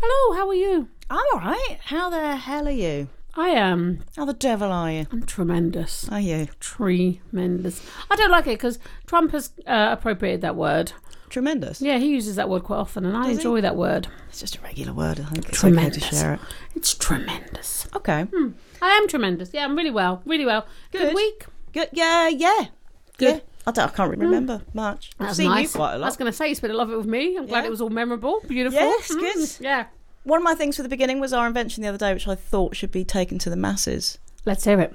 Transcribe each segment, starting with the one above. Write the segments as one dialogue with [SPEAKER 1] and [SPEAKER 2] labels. [SPEAKER 1] how are you?
[SPEAKER 2] I'm all right. How the hell are you?
[SPEAKER 1] I am.
[SPEAKER 2] How the devil are you?
[SPEAKER 1] I'm tremendous.
[SPEAKER 2] Are you
[SPEAKER 1] Tremendous. I don't like it because Trump has uh, appropriated that word.
[SPEAKER 2] tremendous?
[SPEAKER 1] Yeah, he uses that word quite often, and I
[SPEAKER 2] Does he?
[SPEAKER 1] enjoy that word.
[SPEAKER 2] It's just a regular word. I think it's
[SPEAKER 1] Tremendous. Hmm.
[SPEAKER 2] okay to share it.
[SPEAKER 1] It's tremendous.
[SPEAKER 2] Okay.
[SPEAKER 1] I am tremendous. Yeah, I'm really well. Really well. Good,
[SPEAKER 2] Good.
[SPEAKER 1] week.
[SPEAKER 2] Good. Yeah. Yeah.
[SPEAKER 1] Good.
[SPEAKER 2] Yeah. I, don't, I can't really remember much. I've
[SPEAKER 1] That's
[SPEAKER 2] seen
[SPEAKER 1] nice.
[SPEAKER 2] you quite a
[SPEAKER 1] I was
[SPEAKER 2] lot.
[SPEAKER 1] going to say you spent a lot of it with me. I'm glad
[SPEAKER 2] Yeah.
[SPEAKER 1] it was all memorable, beautiful.
[SPEAKER 2] Yes,
[SPEAKER 1] Mm,
[SPEAKER 2] good.
[SPEAKER 1] Yeah.
[SPEAKER 2] One of my things for the beginning was our invention the other day, which I thought should be taken to the masses.
[SPEAKER 1] Let's hear it.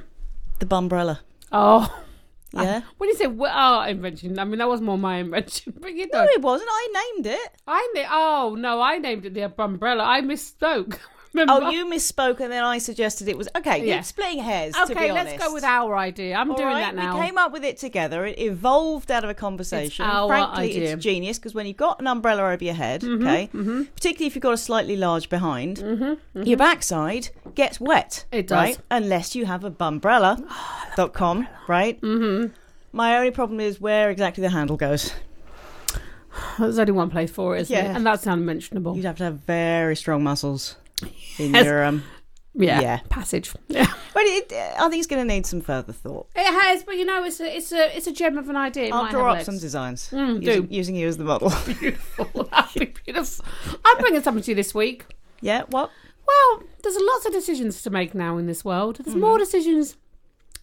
[SPEAKER 2] The bumbrella.
[SPEAKER 1] Oh,
[SPEAKER 2] Yeah.
[SPEAKER 1] when you say w- our invention, I mean that was more my invention. But you
[SPEAKER 2] no,
[SPEAKER 1] know,
[SPEAKER 2] it wasn't. I named it.
[SPEAKER 1] I na- oh no, I named it the umbrella. I misspoke. Remember?
[SPEAKER 2] Oh, you misspoke, and then I suggested it was okay.
[SPEAKER 1] Yeah.
[SPEAKER 2] You're splitting hairs. to
[SPEAKER 1] Okay,
[SPEAKER 2] be
[SPEAKER 1] let's go
[SPEAKER 2] honest.
[SPEAKER 1] with our idea. I'm
[SPEAKER 2] All
[SPEAKER 1] doing
[SPEAKER 2] right,
[SPEAKER 1] that now.
[SPEAKER 2] We came up with it together. It evolved out of a conversation.
[SPEAKER 1] our
[SPEAKER 2] Frankly,
[SPEAKER 1] idea. Mm-hmm,
[SPEAKER 2] it's genius because when you've got an umbrella over your head, okay, particularly if you've got a slightly large behind, your backside gets wet.
[SPEAKER 1] mm-hmm. It does.
[SPEAKER 2] Right? Unless you have a bumbrella.com, right? Mm-hmm. My only problem is where exactly the handle goes.
[SPEAKER 1] There's only one place for it, isn't
[SPEAKER 2] Yeah.
[SPEAKER 1] it? And that's unmentionable.
[SPEAKER 2] You'd have to have very strong muscles in
[SPEAKER 1] Yes.
[SPEAKER 2] your. Um,
[SPEAKER 1] Yeah.
[SPEAKER 2] Yeah.
[SPEAKER 1] Passage. Yeah.
[SPEAKER 2] but it, I think it's going to need some further thought.
[SPEAKER 1] It has, but you know, it's a it's a it's a gem of an idea. It
[SPEAKER 2] I'll
[SPEAKER 1] might
[SPEAKER 2] draw up
[SPEAKER 1] have
[SPEAKER 2] some
[SPEAKER 1] legs.
[SPEAKER 2] designs
[SPEAKER 1] Mm,
[SPEAKER 2] using,
[SPEAKER 1] do.
[SPEAKER 2] using you as the model.
[SPEAKER 1] Beautiful. That'd be beautiful. I'm bringing something to you this week.
[SPEAKER 2] yeah, what?
[SPEAKER 1] Well, there's lots of decisions to make now in this world. There's more
[SPEAKER 2] Mm-hmm.
[SPEAKER 1] decisions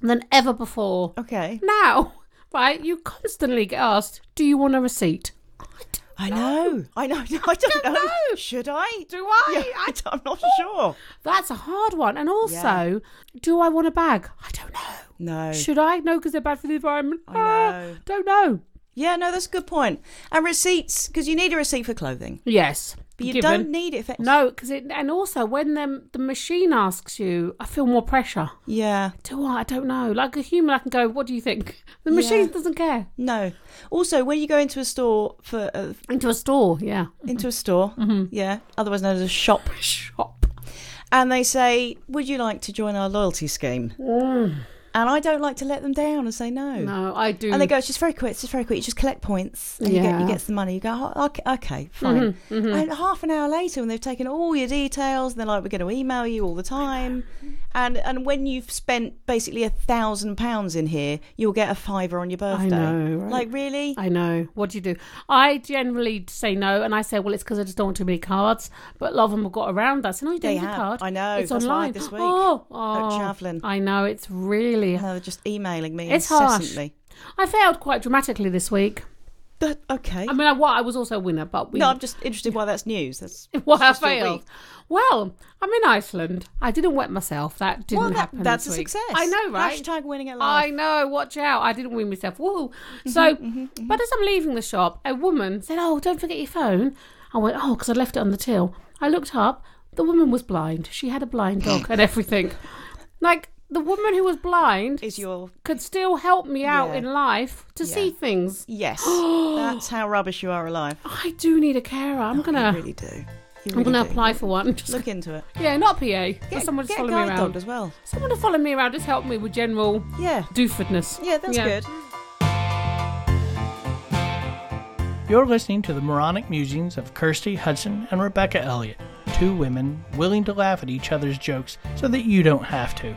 [SPEAKER 1] than ever before.
[SPEAKER 2] Okay.
[SPEAKER 1] Now, right, you constantly get asked, "Do you want a receipt?"
[SPEAKER 2] I know. I know. No, I don't, know.
[SPEAKER 1] know.
[SPEAKER 2] Should I?
[SPEAKER 1] Do I?
[SPEAKER 2] Yeah, I don't- I'm not sure.
[SPEAKER 1] That's a hard one. And also,
[SPEAKER 2] Yeah.
[SPEAKER 1] do I want a bag? I don't know.
[SPEAKER 2] No.
[SPEAKER 1] Should I? No, because they're bad for the environment.
[SPEAKER 2] I
[SPEAKER 1] Ah,
[SPEAKER 2] know.
[SPEAKER 1] don't know.
[SPEAKER 2] Yeah, no, that's a good point. And receipts, because you need a receipt for clothing,
[SPEAKER 1] Yes,
[SPEAKER 2] but you
[SPEAKER 1] given.
[SPEAKER 2] don't need it for.
[SPEAKER 1] No, because it and also when the the machine asks you, I feel more pressure.
[SPEAKER 2] Yeah.
[SPEAKER 1] Do I? I don't know. Like a human, I can go. What do you think? The machine
[SPEAKER 2] Yeah.
[SPEAKER 1] doesn't care.
[SPEAKER 2] No. Also, when you go into a store for uh,
[SPEAKER 1] Into a store, yeah.
[SPEAKER 2] into a store,
[SPEAKER 1] Mm-hmm.
[SPEAKER 2] yeah, otherwise known as a shop,
[SPEAKER 1] Shop.
[SPEAKER 2] and they say, "Would you like to join our loyalty scheme?"
[SPEAKER 1] Mm.
[SPEAKER 2] And I don't like to let them down and say
[SPEAKER 1] No, I do.
[SPEAKER 2] Mm. And they go, it's just very quick, it's just very quick. You just collect points and you, get,
[SPEAKER 1] Mm. Yeah. Mm-hmm,
[SPEAKER 2] you get the money. You go, oh, okay, okay, fine. And half an hour later, when they've taken all your details, and they're like, we're going to email you all the time. And and when you've spent basically a thousand pounds in here, you'll get a fiver on your birthday.
[SPEAKER 1] know, right?
[SPEAKER 2] Like, really?
[SPEAKER 1] I know. What do you do? I generally say no, and I say, well, it's because I just don't want too many cards. But a lot of them have got around us. And I don't
[SPEAKER 2] They
[SPEAKER 1] need a
[SPEAKER 2] have.
[SPEAKER 1] card.
[SPEAKER 2] I know.
[SPEAKER 1] It's
[SPEAKER 2] That's why I
[SPEAKER 1] online
[SPEAKER 2] had this week
[SPEAKER 1] Oh, oh,
[SPEAKER 2] Javelin. Uh-huh.
[SPEAKER 1] I know. It's really.
[SPEAKER 2] And they're just emailing me
[SPEAKER 1] It's harsh.
[SPEAKER 2] incessantly.
[SPEAKER 1] I failed quite dramatically this week.
[SPEAKER 2] But, okay.
[SPEAKER 1] I mean, I, well, I was also a winner, but we.
[SPEAKER 2] no, I'm just interested why that's news. That's
[SPEAKER 1] Well, I
[SPEAKER 2] just your
[SPEAKER 1] failed.
[SPEAKER 2] week.
[SPEAKER 1] Well, I'm in Iceland. I didn't wet myself. That didn't
[SPEAKER 2] Well, that,
[SPEAKER 1] happen.
[SPEAKER 2] that's a
[SPEAKER 1] this week.
[SPEAKER 2] success.
[SPEAKER 1] I know, right?
[SPEAKER 2] Hashtag winning at life. Mm-hmm,
[SPEAKER 1] I know. Watch out! I didn't win myself. Woo! So, but as I'm leaving the shop, a woman said, "Oh, don't forget your phone." I went, "Oh," because I left it on the till. I looked up. The woman was blind. She had a blind dog and everything. Like the woman who was blind
[SPEAKER 2] Is your.
[SPEAKER 1] could still help me out
[SPEAKER 2] Yeah.
[SPEAKER 1] in life to see things.
[SPEAKER 2] Yes. that's how rubbish you are alive.
[SPEAKER 1] I do need a carer. I'm gonna,
[SPEAKER 2] You really do.
[SPEAKER 1] I'm
[SPEAKER 2] You really
[SPEAKER 1] gonna
[SPEAKER 2] do.
[SPEAKER 1] apply for one. Just-
[SPEAKER 2] Look into it.
[SPEAKER 1] yeah, not PA. Get,
[SPEAKER 2] Get,
[SPEAKER 1] someone to
[SPEAKER 2] get a
[SPEAKER 1] follow me
[SPEAKER 2] guide
[SPEAKER 1] around.
[SPEAKER 2] dog as well.
[SPEAKER 1] Someone to follow me around. Just help me with general
[SPEAKER 2] Yeah.
[SPEAKER 1] doofedness.
[SPEAKER 2] Yeah, that's good.
[SPEAKER 3] You're listening to the moronic musings of Kirsty Hudson and Rebecca Elliott, two women willing to laugh at each other's jokes so that you don't have to.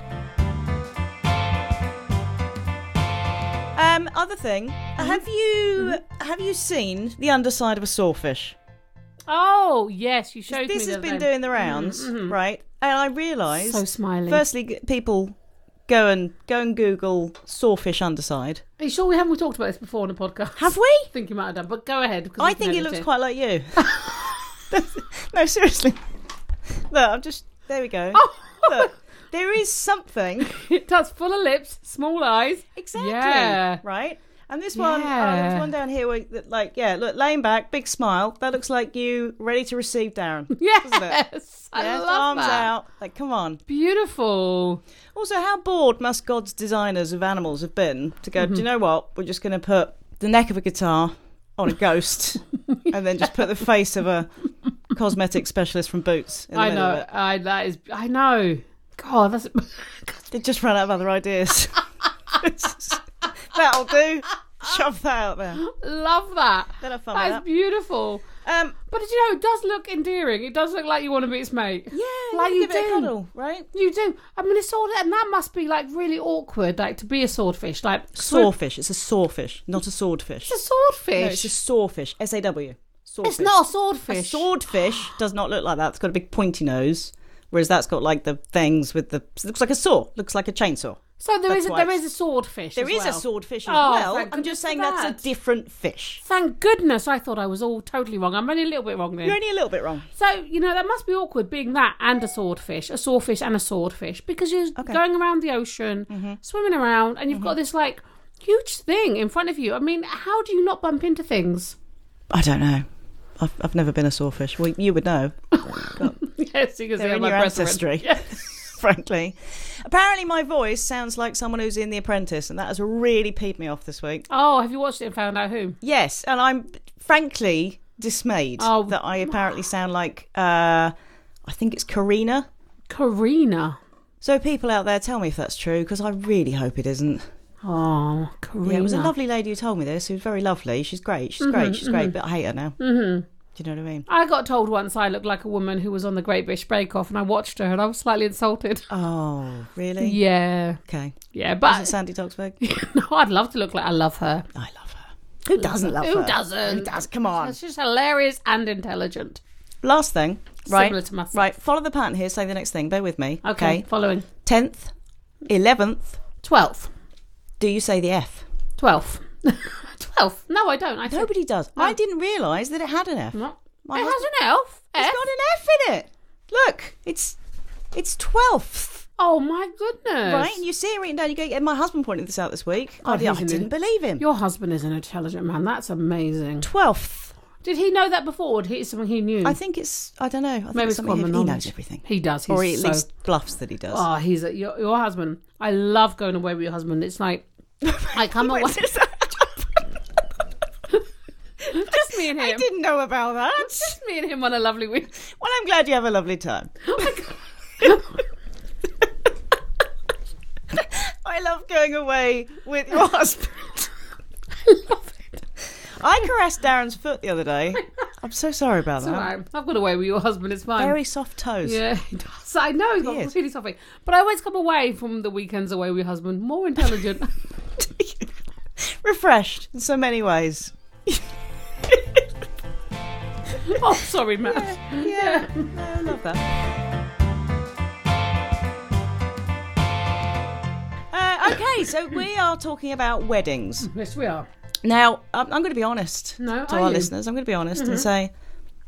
[SPEAKER 2] Um, other thing, have
[SPEAKER 1] Mm-hmm.
[SPEAKER 2] you have you seen the underside of a sawfish?
[SPEAKER 1] Oh yes, you showed me.
[SPEAKER 2] This
[SPEAKER 1] the
[SPEAKER 2] has
[SPEAKER 1] other
[SPEAKER 2] been
[SPEAKER 1] day. Mm-hmm,
[SPEAKER 2] doing the rounds, right? And I realised.
[SPEAKER 1] So smiley.
[SPEAKER 2] Firstly, g- people go and go and Google sawfish underside.
[SPEAKER 1] Are you sure we haven't we talked about this before on the podcast?
[SPEAKER 2] Have we?
[SPEAKER 1] I think you might have done, but go ahead. because
[SPEAKER 2] I
[SPEAKER 1] we can
[SPEAKER 2] think it
[SPEAKER 1] edit
[SPEAKER 2] looks quite like you. no, seriously. Look, I'm just. There we go.
[SPEAKER 1] Oh,
[SPEAKER 2] Look, there is something.
[SPEAKER 1] it does. Full of lips, small eyes.
[SPEAKER 2] Exactly.
[SPEAKER 1] Yeah.
[SPEAKER 2] Right. And this one, uh,
[SPEAKER 1] Yeah.
[SPEAKER 2] there's one down here where, that, like, yeah, look, laying back, big smile. That looks like you ready to receive Darren. it?
[SPEAKER 1] Yes, I
[SPEAKER 2] Yeah,
[SPEAKER 1] love
[SPEAKER 2] arms
[SPEAKER 1] that.
[SPEAKER 2] out. Like, come on.
[SPEAKER 1] Beautiful.
[SPEAKER 2] Also, how bored must God's designers of animals have been to go, do
[SPEAKER 1] Mm-hmm.
[SPEAKER 2] you know what? We're just going to put the neck of a guitar on a ghost and then just put the face of a cosmetic specialist from Boots in the
[SPEAKER 1] I
[SPEAKER 2] middle of
[SPEAKER 1] know.
[SPEAKER 2] it.
[SPEAKER 1] I that is. I know. God, that's.
[SPEAKER 2] They just ran out of other ideas. That'll do. Shove that out there.
[SPEAKER 1] love that.
[SPEAKER 2] They'll have fun with
[SPEAKER 1] That
[SPEAKER 2] that.
[SPEAKER 1] is beautiful.
[SPEAKER 2] Um,
[SPEAKER 1] But do you know, it does look endearing. It does look like you want to be its mate.
[SPEAKER 2] yeah,
[SPEAKER 1] Like
[SPEAKER 2] yeah,
[SPEAKER 1] you
[SPEAKER 2] give it a
[SPEAKER 1] do.
[SPEAKER 2] cuddle, right?
[SPEAKER 1] You do. I mean, a sword, and that must be like really awkward, like to be a swordfish. Like
[SPEAKER 2] Sawfish. It's a sawfish, not a swordfish.
[SPEAKER 1] It's a swordfish.
[SPEAKER 2] No,
[SPEAKER 1] it's,
[SPEAKER 2] it's a sawfish. S A W. Sawfish.
[SPEAKER 1] not a
[SPEAKER 2] A
[SPEAKER 1] swordfish.
[SPEAKER 2] swordfish does not look like that. It's got a big pointy nose, whereas that's got like the things with the. It looks like a saw. Looks like a chainsaw.
[SPEAKER 1] so there is
[SPEAKER 2] That's
[SPEAKER 1] a,
[SPEAKER 2] why
[SPEAKER 1] there
[SPEAKER 2] it's-
[SPEAKER 1] is a swordfish.
[SPEAKER 2] There
[SPEAKER 1] as
[SPEAKER 2] is
[SPEAKER 1] well.
[SPEAKER 2] a swordfish as
[SPEAKER 1] Oh,
[SPEAKER 2] well.
[SPEAKER 1] thank
[SPEAKER 2] I'm
[SPEAKER 1] goodness
[SPEAKER 2] just
[SPEAKER 1] for
[SPEAKER 2] saying
[SPEAKER 1] that.
[SPEAKER 2] that's a different fish.
[SPEAKER 1] Thank goodness I thought I was all totally wrong. I'm only a little bit wrong then.
[SPEAKER 2] You're only a little bit wrong.
[SPEAKER 1] So, you know, that must be awkward being that and a swordfish, a swordfish and a swordfish, because you're
[SPEAKER 2] Okay. Mm-hmm.
[SPEAKER 1] going around the ocean, swimming around, and you've got this like huge thing in front of you. I mean, how do you not bump into things?
[SPEAKER 2] I don't know. I've, I've never been a sawfish. Well, you would know.
[SPEAKER 1] yes, you can see
[SPEAKER 2] They're
[SPEAKER 1] how
[SPEAKER 2] in
[SPEAKER 1] my
[SPEAKER 2] your
[SPEAKER 1] brethren-
[SPEAKER 2] ancestry.
[SPEAKER 1] Yeah.
[SPEAKER 2] frankly. Apparently, my voice sounds like someone who's in The Apprentice, and that has really peed me off this week.
[SPEAKER 1] Oh, have you watched it and found out who?
[SPEAKER 2] Yes, and I'm frankly dismayed
[SPEAKER 1] Oh.
[SPEAKER 2] that I apparently sound like uh, I think it's Karina.
[SPEAKER 1] Karina.
[SPEAKER 2] So, people out there, tell me if that's true, because I really hope it isn't.
[SPEAKER 1] Oh, Karina.
[SPEAKER 2] Yeah, it was a lovely lady who told me this. Who's very lovely. She's great. She's great. She's great. But I hate her now. Mm-hmm. Do you know what I mean?
[SPEAKER 1] I got told once I looked like a woman who was on the Great British Bake Off, and I watched her and I was slightly insulted.
[SPEAKER 2] Oh, really?
[SPEAKER 1] Yeah,
[SPEAKER 2] Okay.
[SPEAKER 1] yeah,
[SPEAKER 2] Is it
[SPEAKER 1] but
[SPEAKER 2] Sandy Dogsberg?
[SPEAKER 1] no, I'd love to look like I love her.
[SPEAKER 2] I love her. Who doesn't love her?
[SPEAKER 1] Who doesn't?
[SPEAKER 2] Who does? Come on.
[SPEAKER 1] She's hilarious and intelligent.
[SPEAKER 2] Last thing, right?
[SPEAKER 1] Similar to myself.
[SPEAKER 2] Right, follow the pattern here. Say the next thing. Bear with me.
[SPEAKER 1] Okay, following.
[SPEAKER 2] Tenth, eleventh.
[SPEAKER 1] Twelfth.
[SPEAKER 2] Do you say the F?
[SPEAKER 1] Twelfth. Twelfth. No, I don't. I said,
[SPEAKER 2] Nobody does. I didn't realise that it had an F.
[SPEAKER 1] No.
[SPEAKER 2] My
[SPEAKER 1] it has
[SPEAKER 2] husband-
[SPEAKER 1] an elf. F.
[SPEAKER 2] It's got an F in it. Look, it's it's twelfth.
[SPEAKER 1] Oh my goodness.
[SPEAKER 2] Right, and you see it written down. You go. And my husband pointed this out this week. I,
[SPEAKER 1] he's
[SPEAKER 2] I
[SPEAKER 1] an
[SPEAKER 2] didn't
[SPEAKER 1] Oh, in-
[SPEAKER 2] believe him.
[SPEAKER 1] Your husband is an intelligent man. That's amazing.
[SPEAKER 2] Twelfth.
[SPEAKER 1] Did he know that before? Or did he, it's something he knew?
[SPEAKER 2] I think it's. I don't know. I think
[SPEAKER 1] Maybe
[SPEAKER 2] it's
[SPEAKER 1] it's
[SPEAKER 2] something
[SPEAKER 1] common
[SPEAKER 2] he, he
[SPEAKER 1] knowledge.
[SPEAKER 2] knows everything,
[SPEAKER 1] He does. He's
[SPEAKER 2] or he at
[SPEAKER 1] so-
[SPEAKER 2] least bluffs that he does.
[SPEAKER 1] Oh, he's a, your, your husband. I love going away with your husband. It's like I come away. Just me and
[SPEAKER 2] I
[SPEAKER 1] him.
[SPEAKER 2] didn't know about that.
[SPEAKER 1] Just me and him on a lovely week.
[SPEAKER 2] Well, I'm glad you have a lovely time.
[SPEAKER 1] Oh my God.
[SPEAKER 2] I love going away with your husband.
[SPEAKER 1] I love it.
[SPEAKER 2] I caressed Darren's foot the other day. I'm so sorry about that.
[SPEAKER 1] All right. I've got away with your husband. It's fine.
[SPEAKER 2] Very soft toes.
[SPEAKER 1] Yeah, he does. I know he's got
[SPEAKER 2] He is.
[SPEAKER 1] really something. But I always come away from the weekends away with your husband more intelligent.
[SPEAKER 2] Refreshed in so many ways.
[SPEAKER 1] oh, sorry, Matt.
[SPEAKER 2] Yeah, I love that. Uh, okay, so we are talking about weddings.
[SPEAKER 1] Yes, we are.
[SPEAKER 2] Now, I'm, I'm going to be honest
[SPEAKER 1] No, are
[SPEAKER 2] to our
[SPEAKER 1] you? Mm-hmm.
[SPEAKER 2] listeners. I'm going to be honest and say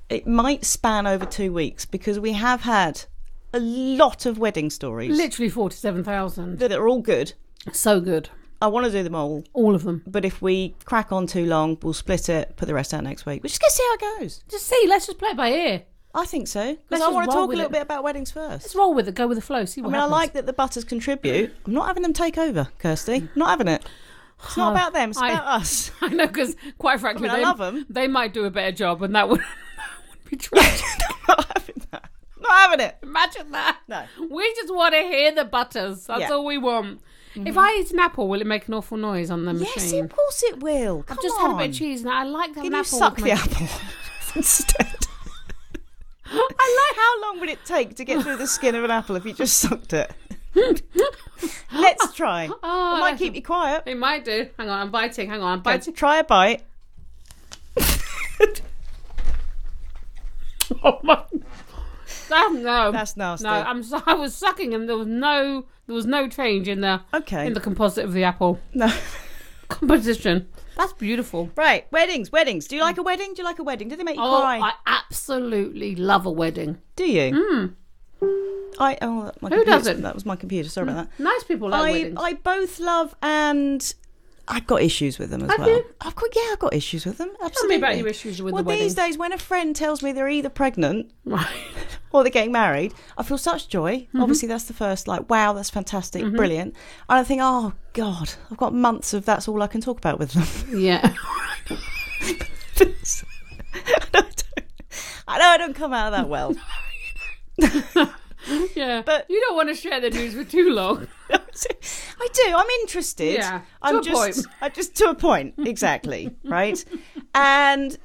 [SPEAKER 2] it might span over two weeks because we have had a lot of wedding stories
[SPEAKER 1] Literally 47,000.
[SPEAKER 2] that are all good.
[SPEAKER 1] So good.
[SPEAKER 2] I want to do them all,
[SPEAKER 1] All of them.
[SPEAKER 2] but if we crack on too long, we'll split it, put the rest out next week. We're just going to see how it goes.
[SPEAKER 1] Just see, let's just play it by ear.
[SPEAKER 2] I think so. Because
[SPEAKER 1] Let's
[SPEAKER 2] I
[SPEAKER 1] just
[SPEAKER 2] want to
[SPEAKER 1] roll
[SPEAKER 2] talk a
[SPEAKER 1] with
[SPEAKER 2] little
[SPEAKER 1] it.
[SPEAKER 2] bit about weddings first.
[SPEAKER 1] Let's roll with it, go with the flow, see
[SPEAKER 2] I
[SPEAKER 1] what
[SPEAKER 2] mean, I
[SPEAKER 1] happens.
[SPEAKER 2] like that the butters contribute. I'm not having them take over, Kirsty. I'm not having it. It's not
[SPEAKER 1] Oh,
[SPEAKER 2] about them, it's
[SPEAKER 1] I-
[SPEAKER 2] about us.
[SPEAKER 1] I know, because quite frankly,
[SPEAKER 2] I
[SPEAKER 1] they,
[SPEAKER 2] mean, I love 'em.
[SPEAKER 1] They might do a better job, and that would, that would be tragic.
[SPEAKER 2] not having that. Not having it.
[SPEAKER 1] Imagine that.
[SPEAKER 2] No.
[SPEAKER 1] We just want to hear the butters. That's
[SPEAKER 2] Yeah. Mm-hmm.
[SPEAKER 1] all we want. If I eat an apple, will it make an awful noise on the
[SPEAKER 2] Yes,
[SPEAKER 1] machine?
[SPEAKER 2] of course it will. Come
[SPEAKER 1] I've just
[SPEAKER 2] on.
[SPEAKER 1] had a bit of cheese, and I like that
[SPEAKER 2] Can
[SPEAKER 1] an
[SPEAKER 2] you
[SPEAKER 1] apple.
[SPEAKER 2] suck
[SPEAKER 1] with
[SPEAKER 2] the
[SPEAKER 1] my-
[SPEAKER 2] apple instead? I like how long would it take to get through the skin of an apple if you just sucked it? Let's try.
[SPEAKER 1] Oh,
[SPEAKER 2] it might keep you quiet.
[SPEAKER 1] It might do. Hang on, I'm biting. Hang on, I'm
[SPEAKER 2] Right,
[SPEAKER 1] biting.
[SPEAKER 2] try a bite.
[SPEAKER 1] Oh my! Ah, no,
[SPEAKER 2] That's nasty.
[SPEAKER 1] no. I'm. So, I was sucking, and there was no. There was no change in the
[SPEAKER 2] okay.
[SPEAKER 1] in the composite of the apple
[SPEAKER 2] no.
[SPEAKER 1] composition. That's beautiful.
[SPEAKER 2] Right, weddings, weddings. Do you like a wedding? Do you like a wedding? Do they make you
[SPEAKER 1] Oh,
[SPEAKER 2] cry?
[SPEAKER 1] I absolutely love a wedding.
[SPEAKER 2] Do you? I oh
[SPEAKER 1] Who
[SPEAKER 2] my computer-
[SPEAKER 1] doesn't?
[SPEAKER 2] That was my computer. Sorry about that.
[SPEAKER 1] Nice people like
[SPEAKER 2] I
[SPEAKER 1] weddings.
[SPEAKER 2] I both love and I've got issues with them as
[SPEAKER 1] Have
[SPEAKER 2] well.
[SPEAKER 1] you?
[SPEAKER 2] I've got yeah, I've got issues with them. Absolutely.
[SPEAKER 1] Tell me about your issues with
[SPEAKER 2] well,
[SPEAKER 1] the wedding.
[SPEAKER 2] these days, when a friend tells me they're either pregnant
[SPEAKER 1] Right.
[SPEAKER 2] or they're getting married, I feel such joy.
[SPEAKER 1] Mm-hmm.
[SPEAKER 2] Obviously, that's the first, like, wow, that's fantastic, brilliant. And I think, oh, God, I've got months of that's all I can talk about with them.
[SPEAKER 1] Yeah.
[SPEAKER 2] I, know I, don't, I know I don't come out of that well.
[SPEAKER 1] yeah.
[SPEAKER 2] But-
[SPEAKER 1] you don't want to share the news for too long.
[SPEAKER 2] I do. I'm interested.
[SPEAKER 1] Yeah, to
[SPEAKER 2] I'm
[SPEAKER 1] a
[SPEAKER 2] just,
[SPEAKER 1] point.
[SPEAKER 2] I just to a point exactly, right? And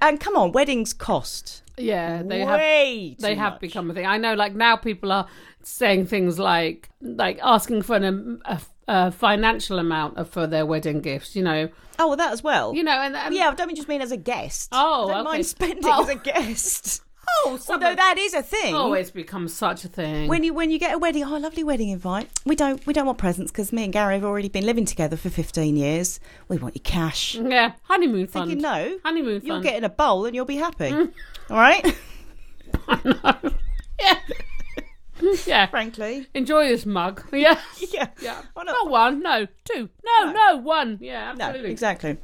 [SPEAKER 2] And come on, weddings cost
[SPEAKER 1] Yeah, they have
[SPEAKER 2] way
[SPEAKER 1] they
[SPEAKER 2] too
[SPEAKER 1] have
[SPEAKER 2] much.
[SPEAKER 1] become a thing. I know, like now people are saying things like like asking for an, a, a financial amount of- for their wedding gifts. You know,
[SPEAKER 2] Oh, well, that as well.
[SPEAKER 1] you know, and, and
[SPEAKER 2] yeah, I don't just mean as a guest.
[SPEAKER 1] Oh,
[SPEAKER 2] I don't
[SPEAKER 1] okay.
[SPEAKER 2] mind spending
[SPEAKER 1] Oh.
[SPEAKER 2] as a guest.
[SPEAKER 1] oh,
[SPEAKER 2] Although
[SPEAKER 1] something-
[SPEAKER 2] that is a thing.
[SPEAKER 1] always becomes such a thing.
[SPEAKER 2] when you when you get a wedding, oh, lovely wedding invite. We don't we don't want presents because me and Gary have already been living together for fifteen years. We want your cash.
[SPEAKER 1] yeah, honeymoon fund.
[SPEAKER 2] Thinking, no,
[SPEAKER 1] honeymoon
[SPEAKER 2] you'll
[SPEAKER 1] fund.
[SPEAKER 2] get in a bowl and you'll be happy.
[SPEAKER 1] Mm.
[SPEAKER 2] All right,
[SPEAKER 1] yeah,
[SPEAKER 2] frankly.
[SPEAKER 1] enjoy this mug. Yeah,
[SPEAKER 2] Yeah.
[SPEAKER 1] yeah.
[SPEAKER 2] Why not?
[SPEAKER 1] Not one, no, two, no, no, one. Yeah,
[SPEAKER 2] No,
[SPEAKER 1] absolutely. Mm.
[SPEAKER 2] exactly.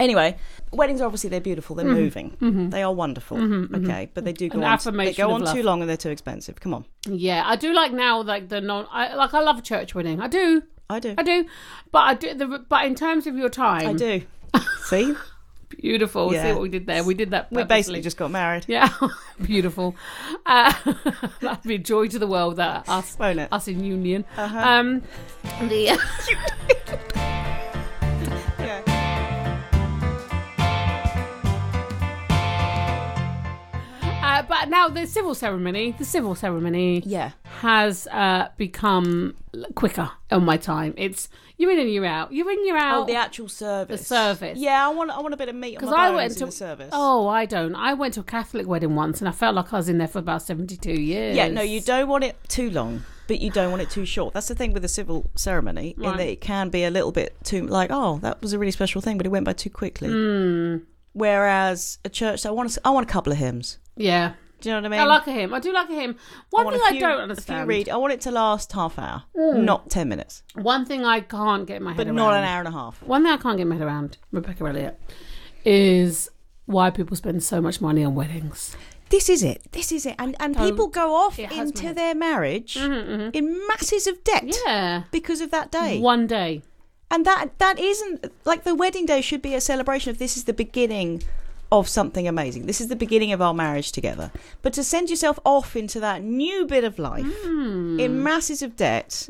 [SPEAKER 2] Anyway, weddings are obviously they're beautiful.
[SPEAKER 1] Mm-hmm.
[SPEAKER 2] They're moving. They are wonderful. Okay, but they do go
[SPEAKER 1] An
[SPEAKER 2] on.
[SPEAKER 1] affirmation
[SPEAKER 2] they go
[SPEAKER 1] of
[SPEAKER 2] on
[SPEAKER 1] love.
[SPEAKER 2] too long and they're too expensive. Come on,
[SPEAKER 1] Yeah, I do like now like the non. I like I love a church wedding. I do,
[SPEAKER 2] I do.
[SPEAKER 1] I do, but I do. The, but in terms of your time,
[SPEAKER 2] I do. See,
[SPEAKER 1] Beautiful.
[SPEAKER 2] Yeah.
[SPEAKER 1] See what we did there. We did that.
[SPEAKER 2] we basically
[SPEAKER 1] purposely.
[SPEAKER 2] just got married.
[SPEAKER 1] Yeah, beautiful. Uh, that'd be a joy to the world. That us,
[SPEAKER 2] Won't it?
[SPEAKER 1] us in union.
[SPEAKER 2] Uh-huh.
[SPEAKER 1] Um, the-
[SPEAKER 2] Yeah.
[SPEAKER 1] uh, but now the civil ceremony. The civil ceremony
[SPEAKER 2] yeah.
[SPEAKER 1] has uh, become l- quicker on my time. It's you're in and you're out. You're in, you're
[SPEAKER 2] Oh,
[SPEAKER 1] out.
[SPEAKER 2] the actual service.
[SPEAKER 1] service.
[SPEAKER 2] Yeah, I want I want a bit of meat on my
[SPEAKER 1] Because
[SPEAKER 2] bones
[SPEAKER 1] I went
[SPEAKER 2] in
[SPEAKER 1] to
[SPEAKER 2] the service.
[SPEAKER 1] Oh, I don't. I went to a Catholic wedding once, and I felt like I was in there for about seventy-two years.
[SPEAKER 2] Yeah, no, you don't want it too long, but you don't want it too short. That's the thing with a civil ceremony, in
[SPEAKER 1] Right.
[SPEAKER 2] that it can be a little bit too like, oh, that was a really special thing, but it went by too quickly.
[SPEAKER 1] Hmm.
[SPEAKER 2] Whereas a church, I want a, I want a couple of hymns.
[SPEAKER 1] Yeah,
[SPEAKER 2] Do you know what I mean?
[SPEAKER 1] I like a hymn. I do like a hymn. One
[SPEAKER 2] want
[SPEAKER 1] thing
[SPEAKER 2] a
[SPEAKER 1] I
[SPEAKER 2] few-
[SPEAKER 1] don't
[SPEAKER 2] A few
[SPEAKER 1] understand. Hmm.
[SPEAKER 2] read. I want it to last half hour, not ten minutes,
[SPEAKER 1] One thing I can't get my head
[SPEAKER 2] but
[SPEAKER 1] around.
[SPEAKER 2] not an hour and a half.
[SPEAKER 1] One thing I can't get my head around, Rebecca Elliott, is why people spend so much money on weddings.
[SPEAKER 2] This is it. This is it. And and people go off
[SPEAKER 1] Um, it has my
[SPEAKER 2] into
[SPEAKER 1] head.
[SPEAKER 2] their marriage in masses of debt
[SPEAKER 1] mm-hmm. Yeah.
[SPEAKER 2] because of that day.
[SPEAKER 1] One day.
[SPEAKER 2] and that that isn't like the wedding day should be a celebration of this is the beginning of something amazing this is the beginning of our marriage together but to send yourself off into that new bit of life
[SPEAKER 1] Hmm. Mm.
[SPEAKER 2] in masses of debt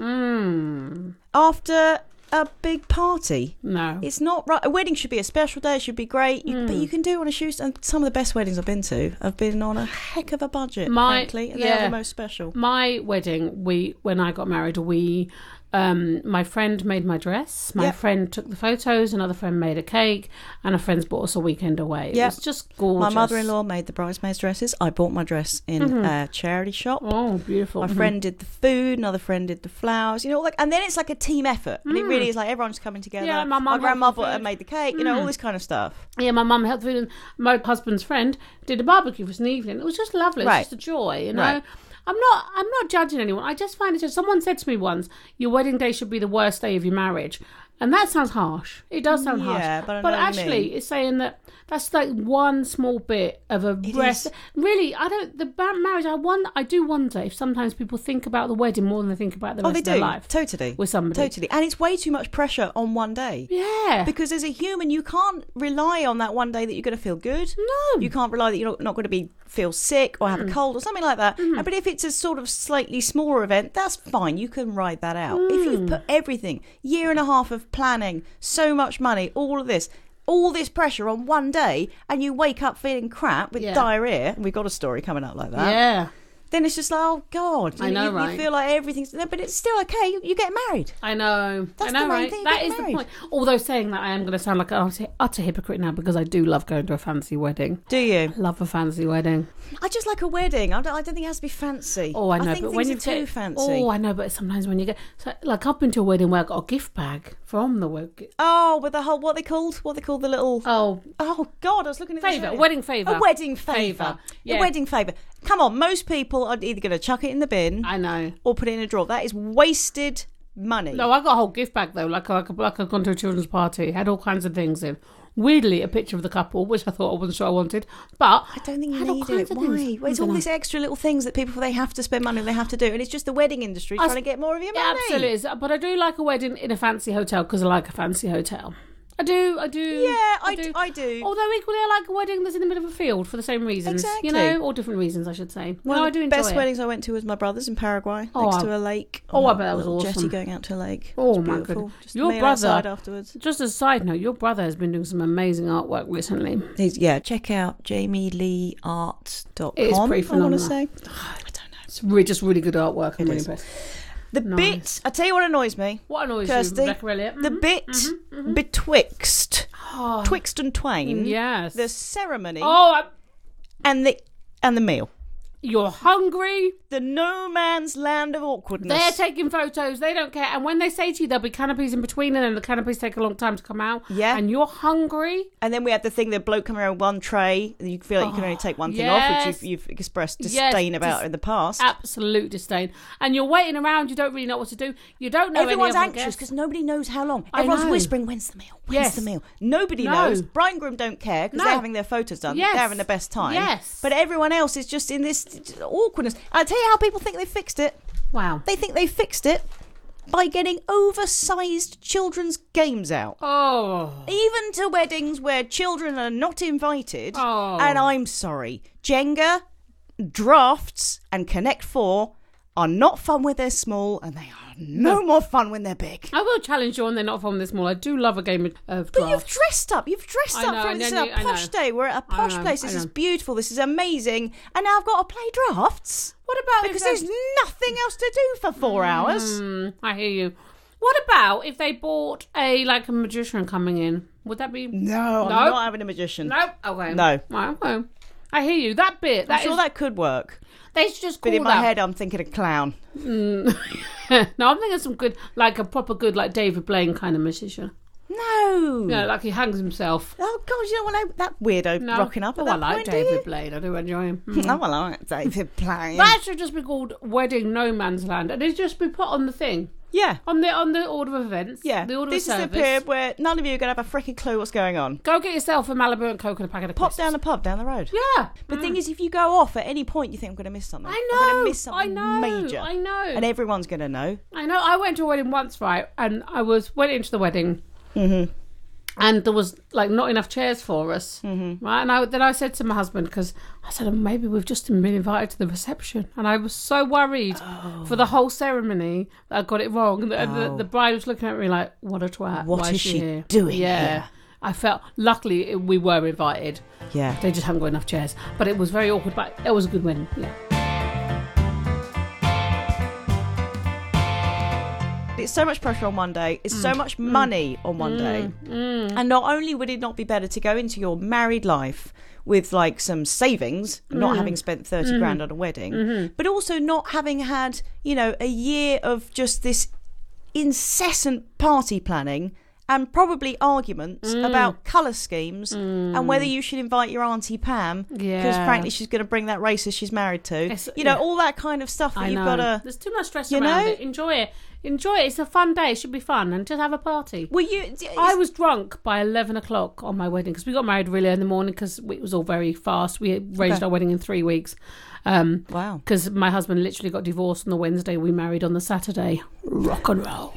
[SPEAKER 2] after a big party
[SPEAKER 1] No.
[SPEAKER 2] it's not right a wedding should be a special day it should be great you, but you
[SPEAKER 1] Mm.
[SPEAKER 2] can do it on a shoestring and some of the best weddings i've been to have been on a heck of a budget
[SPEAKER 1] My-
[SPEAKER 2] frankly and they're
[SPEAKER 1] yeah.
[SPEAKER 2] the most special
[SPEAKER 1] my wedding, we when I got married, we um my friend made my dress, my
[SPEAKER 2] Yep.
[SPEAKER 1] friend took the photos, another friend made a cake, and a friend's bought us a weekend away. It
[SPEAKER 2] Yep.
[SPEAKER 1] was just gorgeous. Mm-hmm.
[SPEAKER 2] my mother-in-law made the bridesmaids dresses i bought my dress in a charity shop
[SPEAKER 1] Oh, beautiful.
[SPEAKER 2] My friend did the food, another friend did the flowers, you know, all that, and then it's like a team effort. And it really is like everyone's coming together.
[SPEAKER 1] Mm. Yeah, my mum helped with
[SPEAKER 2] grandmother
[SPEAKER 1] food. Mm.
[SPEAKER 2] made the cake, you know, all this kind of stuff.
[SPEAKER 1] Yeah, my mum helped food, and my husband's friend did a barbecue for us an evening. It was just lovely. It was
[SPEAKER 2] Right.
[SPEAKER 1] just a joy, you know.
[SPEAKER 2] Right.
[SPEAKER 1] I'm not. I'm not judging anyone. I just find it. Just, someone said to me once, "Your wedding day should be the worst day of your marriage," and that sounds harsh. It does sound
[SPEAKER 2] Yeah,
[SPEAKER 1] harsh.
[SPEAKER 2] but I know what you
[SPEAKER 1] actually,
[SPEAKER 2] mean.
[SPEAKER 1] it's saying that that's like one small bit of a rest.
[SPEAKER 2] is.
[SPEAKER 1] Really, I don't. The ba- marriage. I won. I do wonder if sometimes people think about the wedding more than they think about the
[SPEAKER 2] Oh,
[SPEAKER 1] rest
[SPEAKER 2] they
[SPEAKER 1] of their
[SPEAKER 2] do
[SPEAKER 1] life
[SPEAKER 2] totally,
[SPEAKER 1] with somebody.
[SPEAKER 2] totally, and it's way too much pressure on one day.
[SPEAKER 1] Yeah.
[SPEAKER 2] Because as a human, you can't rely on that one day that you're going to feel good.
[SPEAKER 1] No. Mm.
[SPEAKER 2] you can't rely that you're not, not going to be feel sick or have a cold or something like that.
[SPEAKER 1] Mm-hmm.
[SPEAKER 2] And- But if it's a sort of slightly smaller event, that's fine. You can ride that out. If
[SPEAKER 1] Mm.
[SPEAKER 2] you've put everything, year and a half of planning, so much money, all of this, all this pressure on one day, and you wake up feeling crap with
[SPEAKER 1] Yeah.
[SPEAKER 2] diarrhea, and we've got a story coming up like that.
[SPEAKER 1] yeah.
[SPEAKER 2] Then it's just like, oh god, you,
[SPEAKER 1] I know,
[SPEAKER 2] you, you
[SPEAKER 1] right?
[SPEAKER 2] feel like everything's. no, But it's still okay. You, you get married.
[SPEAKER 1] I know. I
[SPEAKER 2] That's
[SPEAKER 1] know,
[SPEAKER 2] the main
[SPEAKER 1] right?
[SPEAKER 2] thing,
[SPEAKER 1] that
[SPEAKER 2] get
[SPEAKER 1] is the
[SPEAKER 2] married.
[SPEAKER 1] point. Although saying that, I am going to sound like an utter, utter hypocrite now because I do love going to a fancy wedding.
[SPEAKER 2] Do you?
[SPEAKER 1] Love a fancy wedding.
[SPEAKER 2] I just like a wedding. I don't, I don't think it has to be fancy.
[SPEAKER 1] Oh, I know, but
[SPEAKER 2] think things
[SPEAKER 1] when
[SPEAKER 2] are
[SPEAKER 1] you
[SPEAKER 2] too
[SPEAKER 1] get,
[SPEAKER 2] fancy.
[SPEAKER 1] oh, I know, but sometimes when you get so, like I've been to a wedding where I got a gift bag from the wedding.
[SPEAKER 2] Oh, with the whole what they called what they called the little oh,
[SPEAKER 1] Oh,
[SPEAKER 2] god, I was looking at the
[SPEAKER 1] Favour,
[SPEAKER 2] show.
[SPEAKER 1] wedding favour.
[SPEAKER 2] a wedding favour,
[SPEAKER 1] Favour,
[SPEAKER 2] a
[SPEAKER 1] yeah.
[SPEAKER 2] wedding favour. Come on, most people are either going to chuck it in the bin
[SPEAKER 1] I know.
[SPEAKER 2] or put it in a drawer. That is wasted money.
[SPEAKER 1] No, I got a whole gift bag though. Like like like I've gone to a children's party, had all kinds of things in. Weirdly, a picture of the couple, which I thought I wasn't sure I wanted, but
[SPEAKER 2] I don't think you
[SPEAKER 1] had all
[SPEAKER 2] need
[SPEAKER 1] kinds
[SPEAKER 2] it.
[SPEAKER 1] of
[SPEAKER 2] Why?
[SPEAKER 1] things.
[SPEAKER 2] Well, It's
[SPEAKER 1] I
[SPEAKER 2] all
[SPEAKER 1] dunno.
[SPEAKER 2] these extra little things that people they have to spend money, they have to do, and it's just the wedding industry
[SPEAKER 1] I
[SPEAKER 2] trying to
[SPEAKER 1] s-
[SPEAKER 2] get more of your
[SPEAKER 1] Yeah,
[SPEAKER 2] money.
[SPEAKER 1] absolutely. But I do like a wedding in a fancy hotel because I like a fancy hotel. I do, I do. Oh,
[SPEAKER 2] Yeah, I, d- I do.
[SPEAKER 1] Although equally, I like a wedding that's in the middle of a field for the same reasons,
[SPEAKER 2] Exactly.
[SPEAKER 1] you know, or different reasons, I should say.
[SPEAKER 2] One
[SPEAKER 1] no,
[SPEAKER 2] of
[SPEAKER 1] I
[SPEAKER 2] the
[SPEAKER 1] do enjoy
[SPEAKER 2] best
[SPEAKER 1] it.
[SPEAKER 2] weddings I went to was my brother's in Paraguay,
[SPEAKER 1] Oh,
[SPEAKER 2] next
[SPEAKER 1] I-
[SPEAKER 2] to a lake.
[SPEAKER 1] oh, I
[SPEAKER 2] on a
[SPEAKER 1] bet that was
[SPEAKER 2] little
[SPEAKER 1] awesome.
[SPEAKER 2] Jetty going out to a lake.
[SPEAKER 1] Oh,
[SPEAKER 2] It was
[SPEAKER 1] my
[SPEAKER 2] beautiful.
[SPEAKER 1] goodness.
[SPEAKER 2] Just
[SPEAKER 1] Your
[SPEAKER 2] meal
[SPEAKER 1] brother-
[SPEAKER 2] outside afterwards.
[SPEAKER 1] Just as a side note, your brother has been doing some amazing artwork recently.
[SPEAKER 2] He's, yeah, check out jamieleeart.com.
[SPEAKER 1] It is pretty
[SPEAKER 2] I want
[SPEAKER 1] phenomenal.
[SPEAKER 2] to say. I don't know.
[SPEAKER 1] It's really, just really good artwork. I'm
[SPEAKER 2] It
[SPEAKER 1] really
[SPEAKER 2] is.
[SPEAKER 1] impressed.
[SPEAKER 2] The bit, I tell you what annoys me.
[SPEAKER 1] What an noise,
[SPEAKER 2] Kirsty,
[SPEAKER 1] Rebecca Elliott.
[SPEAKER 2] The
[SPEAKER 1] Mhm.
[SPEAKER 2] bit betwixt,
[SPEAKER 1] Oh, Mm,
[SPEAKER 2] twixt and twain,
[SPEAKER 1] yes.
[SPEAKER 2] the ceremony
[SPEAKER 1] oh, I'm-
[SPEAKER 2] and the and the meal.
[SPEAKER 1] you're hungry.
[SPEAKER 2] The no man's land of awkwardness.
[SPEAKER 1] They're taking photos. They don't care. And when they say to you, there'll be canopies in between, and then the canopies take a long time to come out.
[SPEAKER 2] Yeah.
[SPEAKER 1] And you're hungry.
[SPEAKER 2] and then we had the thing, the bloke coming around with one tray. and You feel like you can only take one thing off,
[SPEAKER 1] Oh, yes.
[SPEAKER 2] which you've, you've expressed
[SPEAKER 1] Yes,
[SPEAKER 2] disdain about
[SPEAKER 1] dis-
[SPEAKER 2] in the past.
[SPEAKER 1] Absolute disdain. And you're waiting around. You don't really know what to do. You don't know.
[SPEAKER 2] Everyone's
[SPEAKER 1] any other
[SPEAKER 2] anxious
[SPEAKER 1] guests.
[SPEAKER 2] because nobody knows how long.
[SPEAKER 1] I
[SPEAKER 2] Everyone's
[SPEAKER 1] know.
[SPEAKER 2] whispering, "When's the meal? When's
[SPEAKER 1] Yes.
[SPEAKER 2] the meal?" Nobody
[SPEAKER 1] No.
[SPEAKER 2] knows. Bride and groom don't care because
[SPEAKER 1] No.
[SPEAKER 2] they're having their photos done.
[SPEAKER 1] Yes.
[SPEAKER 2] They're having the best time.
[SPEAKER 1] Yes.
[SPEAKER 2] But everyone else is just in this awkwardness. I tell you how people think they fixed it.
[SPEAKER 1] Wow.
[SPEAKER 2] They think they fixed it by getting oversized children's games out.
[SPEAKER 1] Oh.
[SPEAKER 2] Even to weddings where children are not invited.
[SPEAKER 1] Oh.
[SPEAKER 2] And I'm sorry, Jenga, drafts, and Connect Four are not fun when they're small, and they are no more fun when they're big.
[SPEAKER 1] I will challenge you on they're not from this mall. I do love a game of- of
[SPEAKER 2] But you've
[SPEAKER 1] draft.
[SPEAKER 2] dressed up. You've dressed
[SPEAKER 1] I
[SPEAKER 2] up
[SPEAKER 1] know,
[SPEAKER 2] for
[SPEAKER 1] I
[SPEAKER 2] it. This
[SPEAKER 1] know,
[SPEAKER 2] is
[SPEAKER 1] I
[SPEAKER 2] a posh
[SPEAKER 1] know.
[SPEAKER 2] day. We're at a
[SPEAKER 1] I
[SPEAKER 2] posh
[SPEAKER 1] know,
[SPEAKER 2] place.
[SPEAKER 1] I
[SPEAKER 2] This
[SPEAKER 1] know.
[SPEAKER 2] is beautiful. This is amazing. And now I've got to play drafts.
[SPEAKER 1] What about if
[SPEAKER 2] Because
[SPEAKER 1] they-
[SPEAKER 2] there's nothing else to do for four hours.
[SPEAKER 1] Mm, I hear you. What about if they bought a like a magician coming in? Would that be
[SPEAKER 2] No, I'm
[SPEAKER 1] No.
[SPEAKER 2] not having a magician.
[SPEAKER 1] no? Okay,
[SPEAKER 2] No.
[SPEAKER 1] Right, okay. I hear you. That bit.
[SPEAKER 2] I'm
[SPEAKER 1] That
[SPEAKER 2] sure
[SPEAKER 1] is-
[SPEAKER 2] that could work.
[SPEAKER 1] they should just call
[SPEAKER 2] But in my
[SPEAKER 1] that.
[SPEAKER 2] head, I'm thinking a clown.
[SPEAKER 1] no, I'm thinking some good, like a proper good, like David Blaine kind of magician.
[SPEAKER 2] No.
[SPEAKER 1] You know, like he hangs himself.
[SPEAKER 2] Oh, God, you don't want that weirdo
[SPEAKER 1] No.
[SPEAKER 2] rocking up at
[SPEAKER 1] Oh,
[SPEAKER 2] that
[SPEAKER 1] I like
[SPEAKER 2] point, do
[SPEAKER 1] David
[SPEAKER 2] you?
[SPEAKER 1] Blaine. I do enjoy him. Mm.
[SPEAKER 2] Oh, well, I like David Blaine.
[SPEAKER 1] That should just be called Wedding No Man's Land, and it just be put on the thing,
[SPEAKER 2] yeah.
[SPEAKER 1] on the on the order of events.
[SPEAKER 2] Yeah.
[SPEAKER 1] the order
[SPEAKER 2] this
[SPEAKER 1] of
[SPEAKER 2] is the
[SPEAKER 1] service.
[SPEAKER 2] period where none of you are going to have a freaking clue what's going on.
[SPEAKER 1] Go get yourself a Malibu and Coke and a packet of
[SPEAKER 2] Pop
[SPEAKER 1] crisps.
[SPEAKER 2] down a pub down the road.
[SPEAKER 1] Yeah,
[SPEAKER 2] The thing is, if you go off at any point, you think I'm going to miss something.
[SPEAKER 1] I
[SPEAKER 2] I'm
[SPEAKER 1] know.
[SPEAKER 2] going to miss
[SPEAKER 1] I
[SPEAKER 2] something
[SPEAKER 1] know.
[SPEAKER 2] major.
[SPEAKER 1] I know.
[SPEAKER 2] And everyone's going to know.
[SPEAKER 1] I know. I went to a wedding once, right? And I was went into the wedding,
[SPEAKER 2] Mm-hmm.
[SPEAKER 1] and there was like not enough chairs for us, mm-hmm. right? And I, then I said to my husband because I said "Oh, maybe we've just been invited to the reception, and I was so worried for the whole ceremony that I got it wrong. And the, and the,
[SPEAKER 2] Oh.
[SPEAKER 1] the bride was looking at me like, "What a twat!
[SPEAKER 2] What
[SPEAKER 1] Why
[SPEAKER 2] is
[SPEAKER 1] is she,
[SPEAKER 2] she
[SPEAKER 1] here?
[SPEAKER 2] doing
[SPEAKER 1] Yeah.
[SPEAKER 2] here?
[SPEAKER 1] I felt luckily we were invited.
[SPEAKER 2] Yeah.
[SPEAKER 1] They just haven't got enough chairs, but it was very awkward. But it was a good win. Yeah.
[SPEAKER 2] It's so much pressure on one day. It's
[SPEAKER 1] Mm.
[SPEAKER 2] so much money on one day. And not only would it not be better to go into your married life with like some savings, not
[SPEAKER 1] Mm.
[SPEAKER 2] having spent 30 grand on a wedding,
[SPEAKER 1] Mm-hmm.
[SPEAKER 2] but also not having had, you know, a year of just this incessant party planning and probably arguments
[SPEAKER 1] Mm.
[SPEAKER 2] about colour schemes and whether you should invite your auntie Pam because
[SPEAKER 1] Yeah.
[SPEAKER 2] frankly she's going to bring that racist she's married to.
[SPEAKER 1] It's-
[SPEAKER 2] you know,
[SPEAKER 1] yeah.
[SPEAKER 2] all that kind of stuff that
[SPEAKER 1] I
[SPEAKER 2] you've
[SPEAKER 1] know.
[SPEAKER 2] got to.
[SPEAKER 1] There's too much stress
[SPEAKER 2] You
[SPEAKER 1] around
[SPEAKER 2] know?
[SPEAKER 1] it. Enjoy it. Enjoy it. It's a fun day. It should be fun and just have a party.
[SPEAKER 2] Well, you.
[SPEAKER 1] I was drunk by 11 o'clock on my wedding because we got married really early in the morning because it was all very fast. We arranged
[SPEAKER 2] Okay.
[SPEAKER 1] our wedding in three weeks. Um,
[SPEAKER 2] Wow.
[SPEAKER 1] because my husband literally got divorced on the Wednesday. We married on the Saturday. Rock and roll.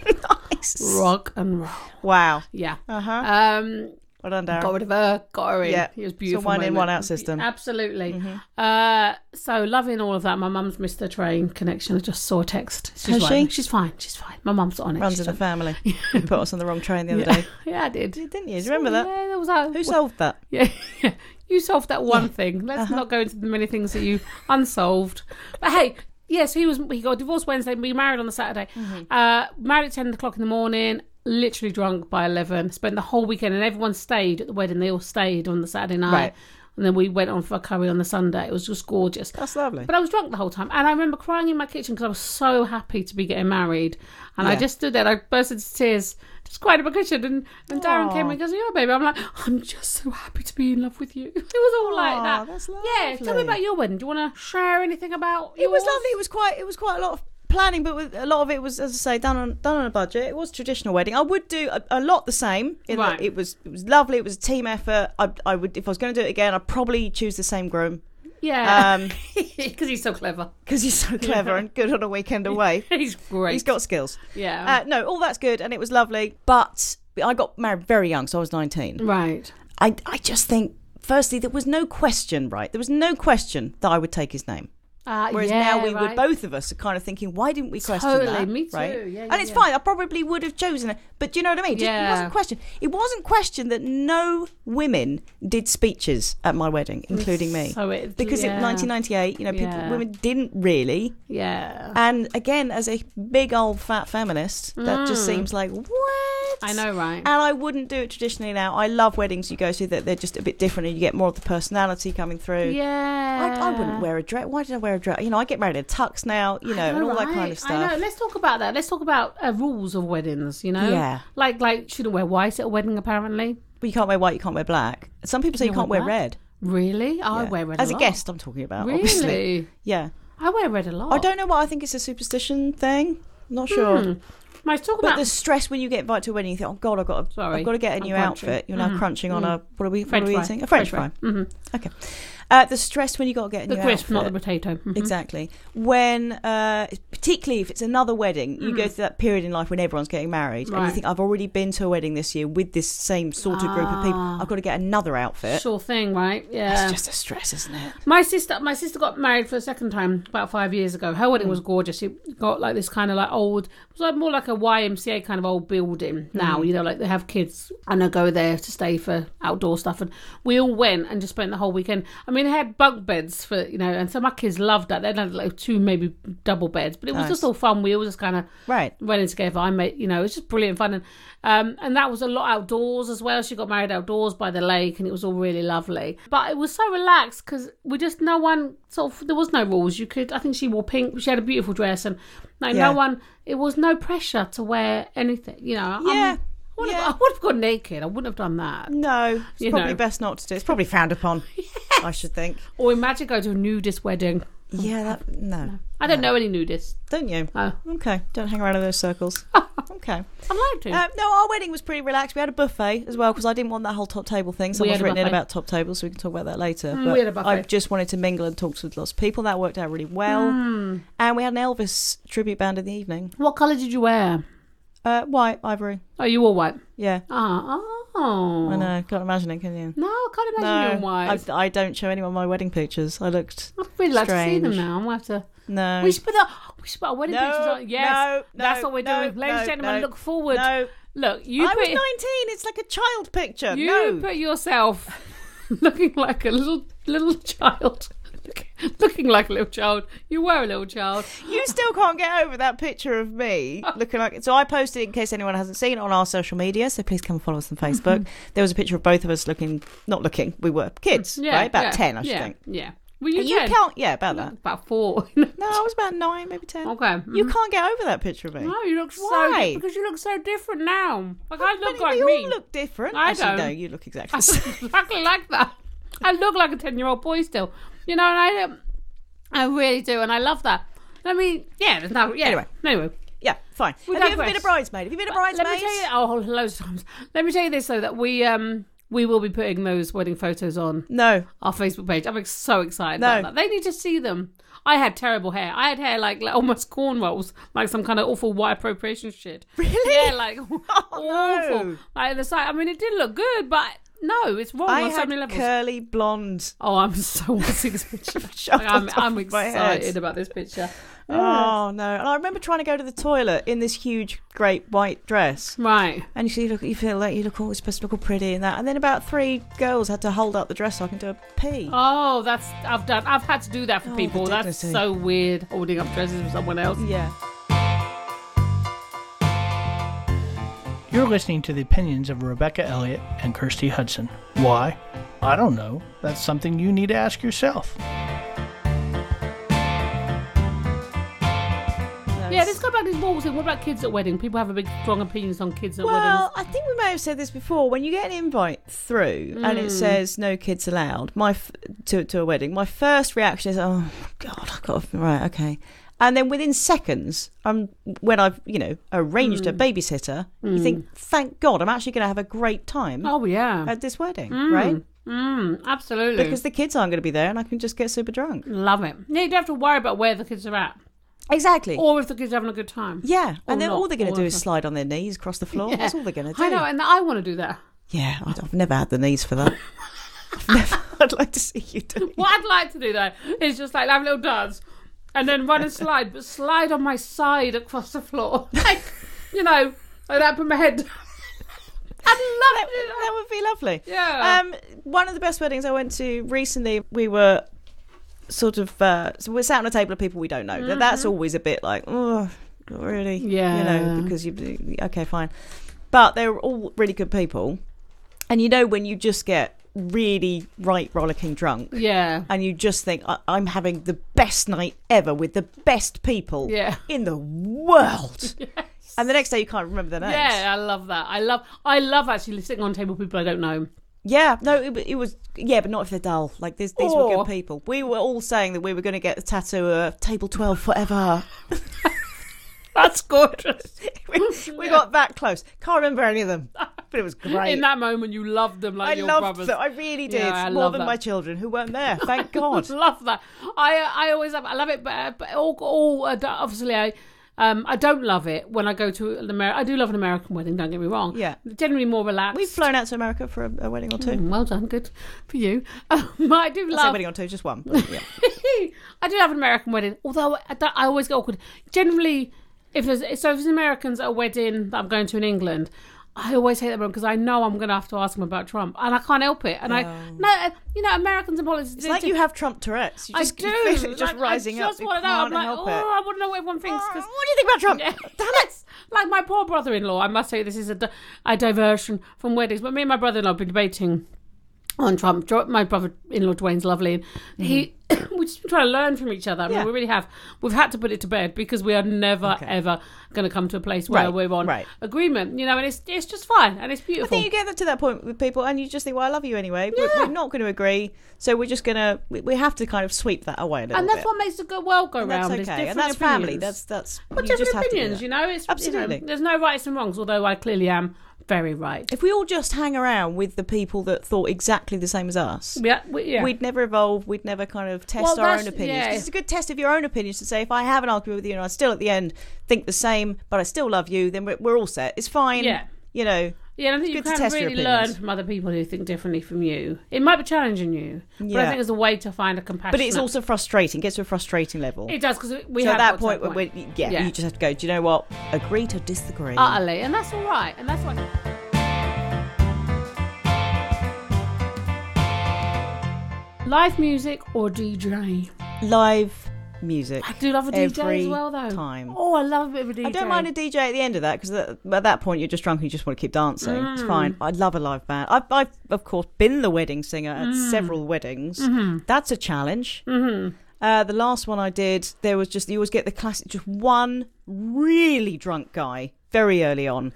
[SPEAKER 2] Nice.
[SPEAKER 1] Rock and roll.
[SPEAKER 2] Wow.
[SPEAKER 1] Yeah.
[SPEAKER 2] Uh huh.
[SPEAKER 1] Um,
[SPEAKER 2] Well done,
[SPEAKER 1] got
[SPEAKER 2] Darren.
[SPEAKER 1] rid of her, got her in.
[SPEAKER 2] Yeah.
[SPEAKER 1] It was
[SPEAKER 2] So
[SPEAKER 1] beautiful.
[SPEAKER 2] one in,
[SPEAKER 1] moment.
[SPEAKER 2] one out system. Mm-hmm.
[SPEAKER 1] Absolutely. Uh, so loving all of that. My mum's missed the train connection. I just saw a text. She's
[SPEAKER 2] Has
[SPEAKER 1] fine.
[SPEAKER 2] she?
[SPEAKER 1] She's fine. She's fine. My mum's on it.
[SPEAKER 2] Runs
[SPEAKER 1] She's
[SPEAKER 2] in the family. you put us on the wrong train the other
[SPEAKER 1] yeah.
[SPEAKER 2] day.
[SPEAKER 1] yeah, I did.
[SPEAKER 2] You Didn't you? Do you remember that?
[SPEAKER 1] Yeah, there was that.
[SPEAKER 2] Who solved that?
[SPEAKER 1] Yeah, you solved that one thing. Let's not go into the many things that you unsolved. But hey, yes, he was. He got divorced Wednesday. We married on the Saturday. Uh, married at ten o'clock in the morning. Literally drunk by eleven. Spent the whole weekend, and everyone stayed at the wedding. They all stayed on the Saturday night,
[SPEAKER 2] Right.
[SPEAKER 1] and then we went on for a curry on the Sunday. It was just gorgeous.
[SPEAKER 2] That's lovely.
[SPEAKER 1] But I was drunk the whole time, and I remember crying in my kitchen because I was so happy to be getting married, and I
[SPEAKER 2] Yeah.
[SPEAKER 1] just stood there, and I burst into tears, just crying in my kitchen, and, and Darren came and goes, "Yeah, baby," I'm like, "I'm just so happy to be in love with you." It was all like
[SPEAKER 2] Aw,
[SPEAKER 1] that.
[SPEAKER 2] that's
[SPEAKER 1] Yeah, tell me
[SPEAKER 2] lovely.
[SPEAKER 1] about your wedding. Do you want to share anything about?
[SPEAKER 2] It was lovely. It was quite. It was quite a lot of planning, but with, a lot of it was, as I say, done on done on a budget. It was a traditional wedding. I would do a, a lot the same. In that
[SPEAKER 1] Right.
[SPEAKER 2] it was it was lovely. It was a team effort. I, I would if I was going to do it again, I'd probably choose the same groom
[SPEAKER 1] Yeah,
[SPEAKER 2] Um
[SPEAKER 1] because he's so clever.
[SPEAKER 2] because he's so clever and good on a weekend away.
[SPEAKER 1] He's great.
[SPEAKER 2] He's got skills.
[SPEAKER 1] yeah.
[SPEAKER 2] Uh, no, all that's good, and it was lovely. But But I got married very young, so I was 19.
[SPEAKER 1] Right.
[SPEAKER 2] I, I just think, firstly, there was no question, right? There was no question that I would take his name.
[SPEAKER 1] Uh,
[SPEAKER 2] Whereas
[SPEAKER 1] yeah,
[SPEAKER 2] now we
[SPEAKER 1] right.
[SPEAKER 2] would both of us are kind of thinking, why didn't we question
[SPEAKER 1] Totally,
[SPEAKER 2] that?
[SPEAKER 1] me too.
[SPEAKER 2] Right?
[SPEAKER 1] Yeah, yeah,
[SPEAKER 2] and it's
[SPEAKER 1] yeah.
[SPEAKER 2] fine. I probably would have chosen it, but do you know what I mean? Just- It
[SPEAKER 1] Yeah.
[SPEAKER 2] wasn't questioned. It wasn't questioned that no women did speeches at my wedding, including me,
[SPEAKER 1] So it
[SPEAKER 2] because
[SPEAKER 1] yeah.
[SPEAKER 2] in 1998, you know, people
[SPEAKER 1] Yeah.
[SPEAKER 2] women didn't really.
[SPEAKER 1] Yeah.
[SPEAKER 2] And again, as a big old fat feminist, that just seems like what
[SPEAKER 1] Mm. I know, right?
[SPEAKER 2] and I wouldn't do it traditionally now. I love weddings you go to that they're just a bit different and you get more of the personality coming through.
[SPEAKER 1] yeah.
[SPEAKER 2] I, I wouldn't wear a dress. Why did I wear a dress? You know, I get married in a tux now, you know, and all that kind of
[SPEAKER 1] Right. I know.
[SPEAKER 2] stuff.
[SPEAKER 1] Let's talk about that. Let's talk about uh, rules of weddings. You know,
[SPEAKER 2] Yeah.
[SPEAKER 1] Like, like shouldn't wear white at a wedding. Apparently,
[SPEAKER 2] But you can't wear white, you can't wear black. Some people say you
[SPEAKER 1] Can't
[SPEAKER 2] can't
[SPEAKER 1] wear
[SPEAKER 2] wear red.
[SPEAKER 1] really, I
[SPEAKER 2] Yeah.
[SPEAKER 1] wear red
[SPEAKER 2] As
[SPEAKER 1] a
[SPEAKER 2] a
[SPEAKER 1] lot.
[SPEAKER 2] guest, I'm talking about,
[SPEAKER 1] Really,
[SPEAKER 2] obviously. Yeah.
[SPEAKER 1] I wear red a lot.
[SPEAKER 2] I don't know what I think it's a superstition thing. Not sure.
[SPEAKER 1] Hmm. I was talking
[SPEAKER 2] But
[SPEAKER 1] about
[SPEAKER 2] the stress when you get invited to a wedding, you think, oh God, I've got to,
[SPEAKER 1] Sorry,
[SPEAKER 2] I've got to get a
[SPEAKER 1] I'm
[SPEAKER 2] new
[SPEAKER 1] crunching. Hmm.
[SPEAKER 2] outfit. You're now crunching on a, what are we,
[SPEAKER 1] French
[SPEAKER 2] what are
[SPEAKER 1] fry.
[SPEAKER 2] we eating? A French,
[SPEAKER 1] French
[SPEAKER 2] fry. Mm-hmm. Okay. Uh, the stress when you got to get a
[SPEAKER 1] the
[SPEAKER 2] new
[SPEAKER 1] crisp,
[SPEAKER 2] outfit.
[SPEAKER 1] not the potato. Mhm.
[SPEAKER 2] Exactly. When, uh, particularly if it's another wedding, you go through that period in life when everyone's getting married, and
[SPEAKER 1] Mm-hmm. Right.
[SPEAKER 2] you think, I've already been to a wedding this year with this same sort of group of people.
[SPEAKER 1] Ah.
[SPEAKER 2] I've got to get another outfit.
[SPEAKER 1] Sure thing, right? Yeah.
[SPEAKER 2] uh, It's just a stress, isn't it?
[SPEAKER 1] My sister, my sister got married for the second time about five years ago. Her wedding was gorgeous. She got like this kind of like old, it was like more like a YMCA kind of old building now. You know, like they have kids and I go there to stay for outdoor stuff. And we all went and just spent the whole weekend. I mean, they had bunk beds for you know, and so my kids loved that. They had like two maybe double beds, but it was
[SPEAKER 2] Nice.
[SPEAKER 1] just all fun. We all just kind of
[SPEAKER 2] Right.
[SPEAKER 1] running together. I made, you know, it's just brilliant fun, and um, and that was a lot outdoors as well. She got married outdoors by the lake, and it was all really lovely. But it was so relaxed because we just no one sort of there was no rules. You could, I think she wore pink. She had a beautiful dress, and like
[SPEAKER 2] Yeah.
[SPEAKER 1] no one. It was no pressure to wear anything. You know, I mean,
[SPEAKER 2] Yeah.
[SPEAKER 1] I would,
[SPEAKER 2] Yeah.
[SPEAKER 1] have, I would have gone naked. I wouldn't have done that.
[SPEAKER 2] No, it's
[SPEAKER 1] You
[SPEAKER 2] probably
[SPEAKER 1] know.
[SPEAKER 2] best not to do. It's probably frowned upon, I should think.
[SPEAKER 1] Or imagine going to a nudist wedding.
[SPEAKER 2] Yeah, that, no.
[SPEAKER 1] Oh, I don't know any nudists.
[SPEAKER 2] Don't you?
[SPEAKER 1] No.
[SPEAKER 2] Okay, don't hang around in those circles. okay.
[SPEAKER 1] I'd like to.
[SPEAKER 2] Um, no, our wedding was pretty relaxed. We had a buffet as well because I didn't want that whole top table thing. Someone's
[SPEAKER 1] had a
[SPEAKER 2] written in
[SPEAKER 1] buffet.
[SPEAKER 2] about top tables, so we can talk about that later.
[SPEAKER 1] Mm,
[SPEAKER 2] but
[SPEAKER 1] we had a buffet.
[SPEAKER 2] I just wanted to mingle and talk to lots of people. That worked out really well.
[SPEAKER 1] Mm.
[SPEAKER 2] And we had an Elvis tribute band in the evening.
[SPEAKER 1] what colour did you wear?
[SPEAKER 2] Uh, white, ivory.
[SPEAKER 1] Oh, you wore white.
[SPEAKER 2] Yeah,
[SPEAKER 1] Oh, oh.
[SPEAKER 2] I know. Can't imagine it, can you?
[SPEAKER 1] No, I can't
[SPEAKER 2] No,
[SPEAKER 1] imagine you in white.
[SPEAKER 2] I, I don't show anyone my wedding pictures. I looked
[SPEAKER 1] I'd really like to see them
[SPEAKER 2] Strange.
[SPEAKER 1] now. I'm gonna have to.
[SPEAKER 2] no.
[SPEAKER 1] We should put our we should put our wedding
[SPEAKER 2] No,
[SPEAKER 1] pictures on. Yes,
[SPEAKER 2] no,
[SPEAKER 1] that's
[SPEAKER 2] no,
[SPEAKER 1] what we're
[SPEAKER 2] no,
[SPEAKER 1] doing, ladies and
[SPEAKER 2] no,
[SPEAKER 1] gentlemen.
[SPEAKER 2] no,
[SPEAKER 1] Look forward.
[SPEAKER 2] no.
[SPEAKER 1] Look, you
[SPEAKER 2] I
[SPEAKER 1] put
[SPEAKER 2] was nineteen. It's like a child picture.
[SPEAKER 1] you
[SPEAKER 2] no.
[SPEAKER 1] put yourself looking like a little little child, looking like a little child. You were a little child.
[SPEAKER 2] You still can't get over that picture of me looking like. So I posted it in case anyone hasn't seen it on our social media. So please come and follow us on Facebook. there was a picture of both of us looking, not looking. We were kids,
[SPEAKER 1] Yeah,
[SPEAKER 2] right? About
[SPEAKER 1] yeah,
[SPEAKER 2] ten, I should
[SPEAKER 1] yeah,
[SPEAKER 2] think.
[SPEAKER 1] Yeah, were you
[SPEAKER 2] And you
[SPEAKER 1] 10?
[SPEAKER 2] can't. Yeah, about that.
[SPEAKER 1] about four?
[SPEAKER 2] No, I was about nine, maybe ten.
[SPEAKER 1] okay. mhm.
[SPEAKER 2] You can't get over that picture of me.
[SPEAKER 1] no, you look so
[SPEAKER 2] Why?
[SPEAKER 1] di- because you look so different now. Like I
[SPEAKER 2] But
[SPEAKER 1] look like
[SPEAKER 2] we
[SPEAKER 1] me.
[SPEAKER 2] all look different.
[SPEAKER 1] I
[SPEAKER 2] Actually,
[SPEAKER 1] don't.
[SPEAKER 2] No, you look exactly
[SPEAKER 1] I
[SPEAKER 2] the same.
[SPEAKER 1] exactly like that. I look like a ten-year-old boy still, you know, and I, um, I really do, and I love that. I mean, yeah, there's no, yeah.
[SPEAKER 2] Anyway.
[SPEAKER 1] anyway.
[SPEAKER 2] Yeah, fine.
[SPEAKER 1] We
[SPEAKER 2] Have you ever
[SPEAKER 1] digress.
[SPEAKER 2] been a bridesmaid? Have you been a
[SPEAKER 1] Let me
[SPEAKER 2] bridesmaid?
[SPEAKER 1] tell you, oh, loads of times. Let me tell you this though that we um we will be putting those wedding photos on
[SPEAKER 2] No.
[SPEAKER 1] our Facebook page. I'm ex- so excited
[SPEAKER 2] No.
[SPEAKER 1] about that. They need to see them. I had terrible hair. I had hair like, like almost cornrows, like some kind of awful white appropriation shit.
[SPEAKER 2] Really? Oh,
[SPEAKER 1] Yeah, like awful.
[SPEAKER 2] no.
[SPEAKER 1] Like the side. I mean, it did look good, but no, it's wrong
[SPEAKER 2] I
[SPEAKER 1] on oh, so
[SPEAKER 2] had
[SPEAKER 1] many levels.
[SPEAKER 2] curly blonde.
[SPEAKER 1] Oh, I'm so wanting this picture.
[SPEAKER 2] Shut
[SPEAKER 1] Like, I'm,
[SPEAKER 2] up
[SPEAKER 1] I'm
[SPEAKER 2] off my head.
[SPEAKER 1] excited about this picture.
[SPEAKER 2] Oh no! And I remember trying to go to the toilet in this huge, great white dress,
[SPEAKER 1] Right.
[SPEAKER 2] and you see, look, you feel like you look all you're supposed to look all pretty and that. And then about three girls had to hold up the dress so I can do a pee.
[SPEAKER 1] Oh, that's I've done. I've had to do that for
[SPEAKER 2] Oh,
[SPEAKER 1] people.
[SPEAKER 2] the
[SPEAKER 1] That's
[SPEAKER 2] dignity.
[SPEAKER 1] so weird. Holding up dresses for someone else.
[SPEAKER 2] Yeah.
[SPEAKER 3] You're listening to the opinions of Rebecca Elliott and Kirsty Hudson. Why? I don't know. That's something you need to ask yourself.
[SPEAKER 1] Yeah, let's go back to these walls. thing. What about kids at wedding? People have a big strong opinions on kids at
[SPEAKER 2] Well, I think we may have said this before. When you get an invite through and
[SPEAKER 1] Mm.
[SPEAKER 2] it says no kids allowed, my f- to to a wedding, my first reaction is, oh god, I've got to, right, okay. And then within seconds, um, when I've you know arranged
[SPEAKER 1] Mm.
[SPEAKER 2] a babysitter, you think, thank God, I'm actually going to have a great time
[SPEAKER 1] weddings. Oh yeah.
[SPEAKER 2] at this wedding, right?
[SPEAKER 1] Mm, absolutely.
[SPEAKER 2] Because the kids aren't going to be there, and I can just get super drunk.
[SPEAKER 1] Love it. Yeah, you don't have to worry about where the kids are at.
[SPEAKER 2] Exactly.
[SPEAKER 1] Or if the kids are having a good time.
[SPEAKER 2] yeah.
[SPEAKER 1] or
[SPEAKER 2] And then all
[SPEAKER 1] not,
[SPEAKER 2] they're going
[SPEAKER 1] or
[SPEAKER 2] to do is
[SPEAKER 1] whatever.
[SPEAKER 2] slide on their knees across the floor. That's all they're going to do.
[SPEAKER 1] I know, and I want to do that.
[SPEAKER 2] Yeah, I- I've never had the knees for that. I've never. I'd like to see you do it.
[SPEAKER 1] What I'd like to do though is just like have a little dance and then run and slide, but slide on my side across the floor. Like, you know, like that, put my head down. I'd love to do that.
[SPEAKER 2] That would be lovely.
[SPEAKER 1] Yeah.
[SPEAKER 2] Um, one of the best weddings I went to recently, we were sort of uh, so we're sat on a table of people we don't know. That That's always a bit like, oh, not really. You
[SPEAKER 1] Mm-hmm. Yeah.
[SPEAKER 2] know, because you okay, fine. But they were all really good people, and you know when you just get really right rollicking drunk.
[SPEAKER 1] Yeah.
[SPEAKER 2] And you just think I- I'm having the best night ever with the best people
[SPEAKER 1] Yeah.
[SPEAKER 2] in the world, and the next day you can't remember their names.
[SPEAKER 1] Yeah, I love that. I love I love actually sitting on a table with people I don't know.
[SPEAKER 2] Yeah, no, it, wa- it was yeah, but not if they're dull. Like these, these were
[SPEAKER 1] Or-
[SPEAKER 2] good people. We were all saying that we were going to get the tattoo of table twelve forever.
[SPEAKER 1] That's gorgeous.
[SPEAKER 2] we we got that close. Can't remember any of them, but it was great.
[SPEAKER 1] In that moment you loved them like
[SPEAKER 2] I
[SPEAKER 1] your
[SPEAKER 2] loved
[SPEAKER 1] brothers.
[SPEAKER 2] them. I really did.
[SPEAKER 1] Yeah, I
[SPEAKER 2] More
[SPEAKER 1] love
[SPEAKER 2] than
[SPEAKER 1] that.
[SPEAKER 2] my children who weren't there. Thank God.
[SPEAKER 1] love that. I uh, I always have, I love it, but, uh, but all, all uh, obviously I. Um, I don't love it when I go to an American. I do love an American wedding. Don't get me wrong.
[SPEAKER 2] Yeah.
[SPEAKER 1] generally more relaxed.
[SPEAKER 2] We've flown out to America for a, a wedding or two.
[SPEAKER 1] Mm, well done, good for you. Um, I do
[SPEAKER 2] I say
[SPEAKER 1] love.
[SPEAKER 2] wedding or two, just one. but yeah.
[SPEAKER 1] I do love an American wedding, although I, that- I always get awkward. Generally, if there's so if there's Americans at a wedding that I'm going to in England, I always hate that one because I know I'm going to have to ask them about Trump, and I can't help it. And I no, uh, you know, Americans and politics.
[SPEAKER 2] Oh. It's like you have Trump Tourette's. You
[SPEAKER 1] I
[SPEAKER 2] just,
[SPEAKER 1] do.
[SPEAKER 2] you feel it just
[SPEAKER 1] Like,
[SPEAKER 2] rising
[SPEAKER 1] I just
[SPEAKER 2] up. You
[SPEAKER 1] want to know. I'm
[SPEAKER 2] can't
[SPEAKER 1] like,
[SPEAKER 2] help
[SPEAKER 1] oh,
[SPEAKER 2] it.
[SPEAKER 1] I want to know what everyone thinks.
[SPEAKER 2] what
[SPEAKER 1] Cause,
[SPEAKER 2] do you think about Trump?
[SPEAKER 1] Yeah. That's- Like my poor brother-in-law, I must say this is a, di- a diversion from weddings. But me and my brother-in-law have been debating on Trump. Dr- My brother-in-law Dwayne's lovely, and he we've just been trying to learn from each other. I mean,
[SPEAKER 2] Mm-hmm.
[SPEAKER 1] we
[SPEAKER 2] Yeah.
[SPEAKER 1] really have. We've had to put it to bed because we are never ever going to come to a place where
[SPEAKER 2] Right,
[SPEAKER 1] we're on
[SPEAKER 2] right.
[SPEAKER 1] agreement. You know, and it's it's just fine and it's beautiful.
[SPEAKER 2] I think you get to that point with people, and you just think, "Well, I love you anyway. We're, we're not going to agree, so we're just going to we, we have to kind of sweep that away a little
[SPEAKER 1] and that's
[SPEAKER 2] bit."
[SPEAKER 1] what makes the good world go
[SPEAKER 2] And
[SPEAKER 1] round.
[SPEAKER 2] that's
[SPEAKER 1] is
[SPEAKER 2] okay,
[SPEAKER 1] different
[SPEAKER 2] and that's
[SPEAKER 1] opinions.
[SPEAKER 2] family. That's that's
[SPEAKER 1] But
[SPEAKER 2] you
[SPEAKER 1] different
[SPEAKER 2] just have to do
[SPEAKER 1] opinions,
[SPEAKER 2] that.
[SPEAKER 1] you know, it's you know,
[SPEAKER 2] Absolutely.
[SPEAKER 1] there's no rights and wrongs, although I clearly am very right.
[SPEAKER 2] If we all just hang around with the people that thought exactly the same as us,
[SPEAKER 1] Yeah, we, yeah.
[SPEAKER 2] we'd never evolve. We'd never kind of test
[SPEAKER 1] Well,
[SPEAKER 2] our
[SPEAKER 1] that's-
[SPEAKER 2] own opinions.
[SPEAKER 1] yeah.
[SPEAKER 2] 'Cause It's a good test of your own opinions to say, if I have an argument with you and I still at the end think the same, but I still love you, then we're, we're all set. It's fine.
[SPEAKER 1] Yeah.
[SPEAKER 2] You know.
[SPEAKER 1] yeah, and I think you
[SPEAKER 2] good to
[SPEAKER 1] can
[SPEAKER 2] test your
[SPEAKER 1] really
[SPEAKER 2] opinions.
[SPEAKER 1] learn from other people who think differently from you. It might be challenging you, but I
[SPEAKER 2] Yeah.
[SPEAKER 1] think it's a way to find a compassion.
[SPEAKER 2] But it's also frustrating. It gets to a frustrating level.
[SPEAKER 1] it does because we
[SPEAKER 2] so
[SPEAKER 1] have
[SPEAKER 2] at that
[SPEAKER 1] got to
[SPEAKER 2] point, when when- yeah,
[SPEAKER 1] Yeah. Ah,
[SPEAKER 2] you just have to go. Do you know what? Agree to disagree.
[SPEAKER 1] utterly, and that's all right, and that's why. Live music or DJ?
[SPEAKER 2] Live music.
[SPEAKER 1] I do love a DJ
[SPEAKER 2] Every
[SPEAKER 1] as well, though.
[SPEAKER 2] time.
[SPEAKER 1] Oh, I love a bit of a DJ.
[SPEAKER 2] I don't mind a DJ at the end of that because at that point you're just drunk and you just want to keep dancing.
[SPEAKER 1] Mm.
[SPEAKER 2] It's fine. I love a live band. I've, I've of course been the wedding singer at
[SPEAKER 1] Mm.
[SPEAKER 2] several weddings.
[SPEAKER 1] Mm-hmm.
[SPEAKER 2] That's a challenge. Uh, the last one I did, there was just you always get the classic, just one really drunk guy very early on,